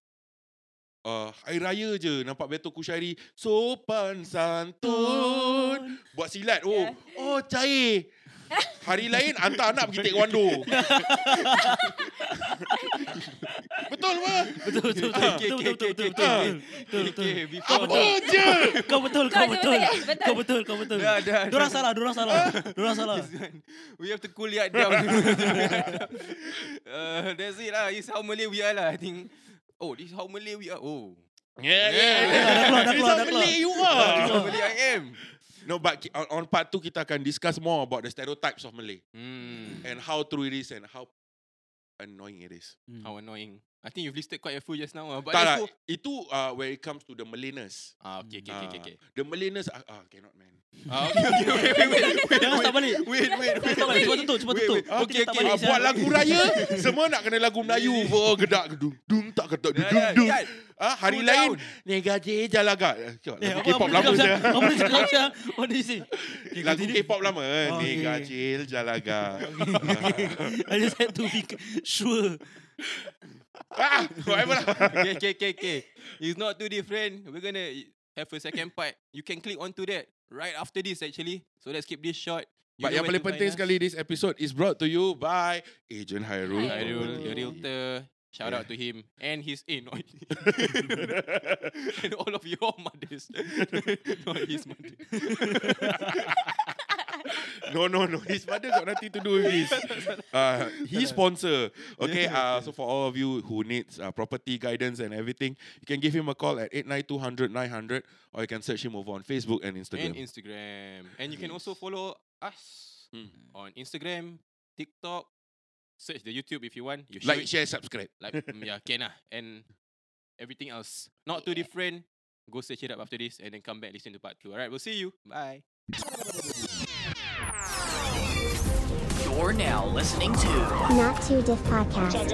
Speaker 5: uh, Hari Raya je nampak Beto Kushari. Sopan santun. Buat silat.
Speaker 6: Ya.
Speaker 5: Oh,
Speaker 7: Yeah.
Speaker 5: oh cair. Hari lain hantar anak pergi taekwondo. Betul lah.
Speaker 6: Betul betul betul
Speaker 4: Okay, okay,
Speaker 6: betul betul
Speaker 4: okay,
Speaker 6: betul
Speaker 4: okay,
Speaker 6: betul,
Speaker 5: okay.
Speaker 6: betul betul
Speaker 4: Okay,
Speaker 5: Apa
Speaker 4: before
Speaker 5: je?
Speaker 6: betul. Kau betul
Speaker 7: Kau
Speaker 6: kau betul. lah.
Speaker 7: betul, betul.
Speaker 6: Kau betul kau betul.
Speaker 4: Dah, dah,
Speaker 6: Dorang
Speaker 4: dah.
Speaker 6: salah, dorang salah. Dorang salah.
Speaker 4: It's done. we have to cool it down. uh, that's it lah. It's how Malay we are lah. I think. Oh, this is how Malay we are. Oh,
Speaker 5: Yeah, yeah.
Speaker 6: Ya, Dah keluar, dah
Speaker 5: It's
Speaker 6: keluar,
Speaker 5: how
Speaker 6: dah keluar.
Speaker 5: Malay Eh, you
Speaker 4: this is
Speaker 5: are.
Speaker 4: how Malay I am.
Speaker 5: No, but ki- on, on part two kita akan discuss more about the stereotypes of Malay
Speaker 4: Mm,
Speaker 5: and how true it is and how annoying it is.
Speaker 4: how annoying. I think you've listed quite a few just now. ah, But
Speaker 5: Tak lah,
Speaker 4: let's go.
Speaker 5: itu uh, where it comes to the Malayness.
Speaker 4: Ah, okay, okay, okay, okay. okay.
Speaker 5: Ah, the Malayness, ah, ah, cannot man.
Speaker 4: Ah, okay, okay, wait, wait, wait.
Speaker 6: Jangan start balik.
Speaker 4: Wait, wait, wait.
Speaker 6: Cepat balik, cepat tutup, cepat
Speaker 4: Wait,
Speaker 6: tutup.
Speaker 4: wait. Okay,
Speaker 6: tak
Speaker 4: okay, lah.
Speaker 6: balik
Speaker 5: Ah,
Speaker 6: sial.
Speaker 5: buat lagu raya, semua nak kena lagu Melayu. Oh, gedak gedung, dung tak gedak,
Speaker 4: Dah,
Speaker 5: dung
Speaker 4: dah,
Speaker 5: dung.
Speaker 4: dah.
Speaker 5: Ah, hari
Speaker 4: Cool
Speaker 5: lain,
Speaker 4: down.
Speaker 5: nega je jalaga.
Speaker 6: Eh, apa-
Speaker 5: K-pop
Speaker 6: apa dia
Speaker 5: lama saya.
Speaker 6: cakap, sial? Apa dia cakap sial? What did you say? Okay,
Speaker 5: Lagu
Speaker 6: continue.
Speaker 5: K-pop lama. Eh,
Speaker 6: Oh, okay,
Speaker 5: Nega
Speaker 6: okay.
Speaker 5: jil jalaga.
Speaker 6: I just had to be c- sure.
Speaker 5: Ah, whatever lah.
Speaker 4: okay, okay, okay, okay. It's not too different. We're gonna i- have a second part. You can click onto that right after this actually. So let's keep this short. You know
Speaker 5: But yang
Speaker 4: where
Speaker 5: paling
Speaker 4: to find
Speaker 5: penting
Speaker 4: us.
Speaker 5: sekali this episode is brought to you by Agent Hairul.
Speaker 4: Khairul,
Speaker 5: Property.
Speaker 4: the realtor. Shout out to him and his eh, not and all of your mothers, not his mother.
Speaker 5: No, no, no. His mother got nothing to do with this. Uh, he sponsor. Okay, uh, so for all of you who needs uh, property guidance and everything, you can give him a call at 89200-900 or you can search him over on Facebook and Instagram.
Speaker 4: and Instagram, and you can also follow us
Speaker 5: Mm.
Speaker 4: on Instagram, TikTok. Search the YouTube if you want. You
Speaker 5: like,
Speaker 4: should.
Speaker 5: share, subscribe.
Speaker 4: Like mm, yeah, can lah. And everything else. Not too different. Go search it up after this and then come back listen to part two. Alright, we'll see you. Bye.
Speaker 8: You're now listening to
Speaker 3: Not Too Diff Podcast.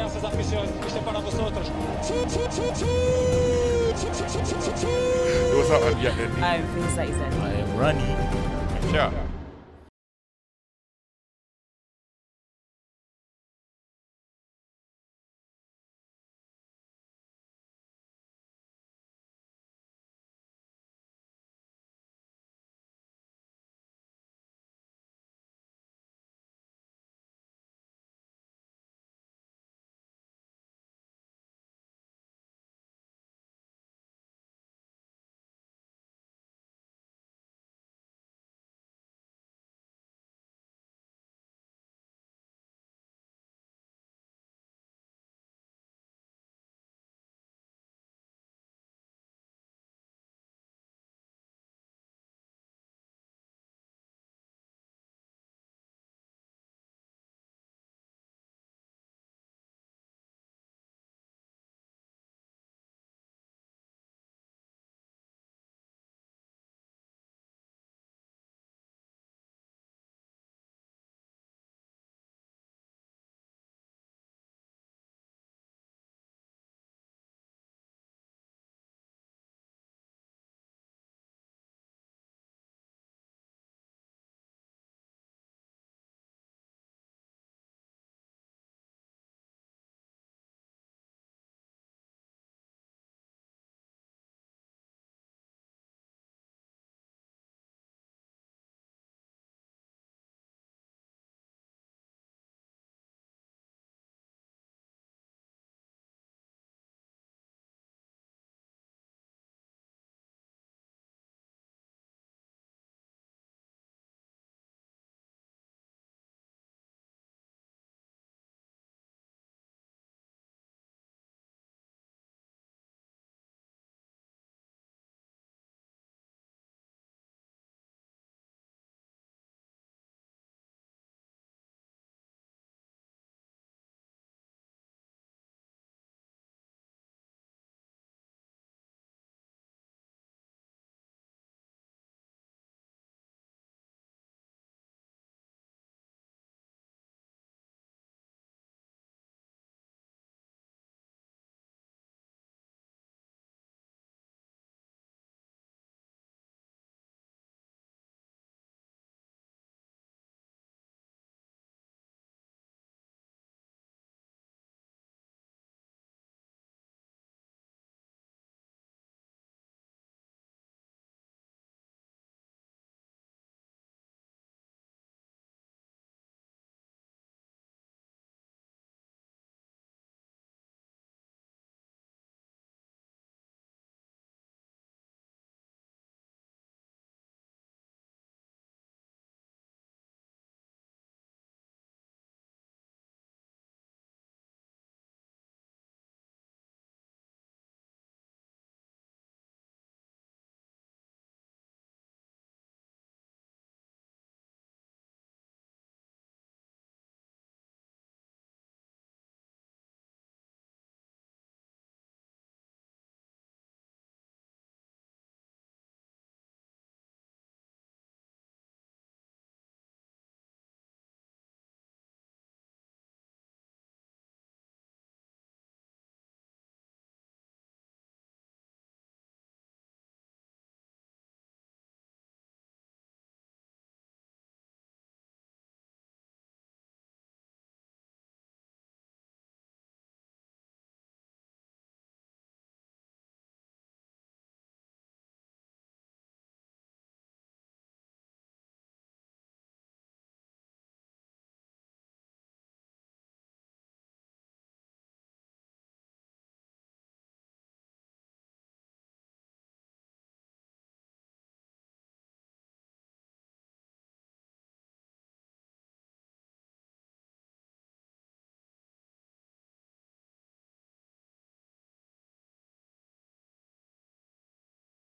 Speaker 5: It was not Abiyat and
Speaker 1: I'm Faiza Izani.
Speaker 5: Sure.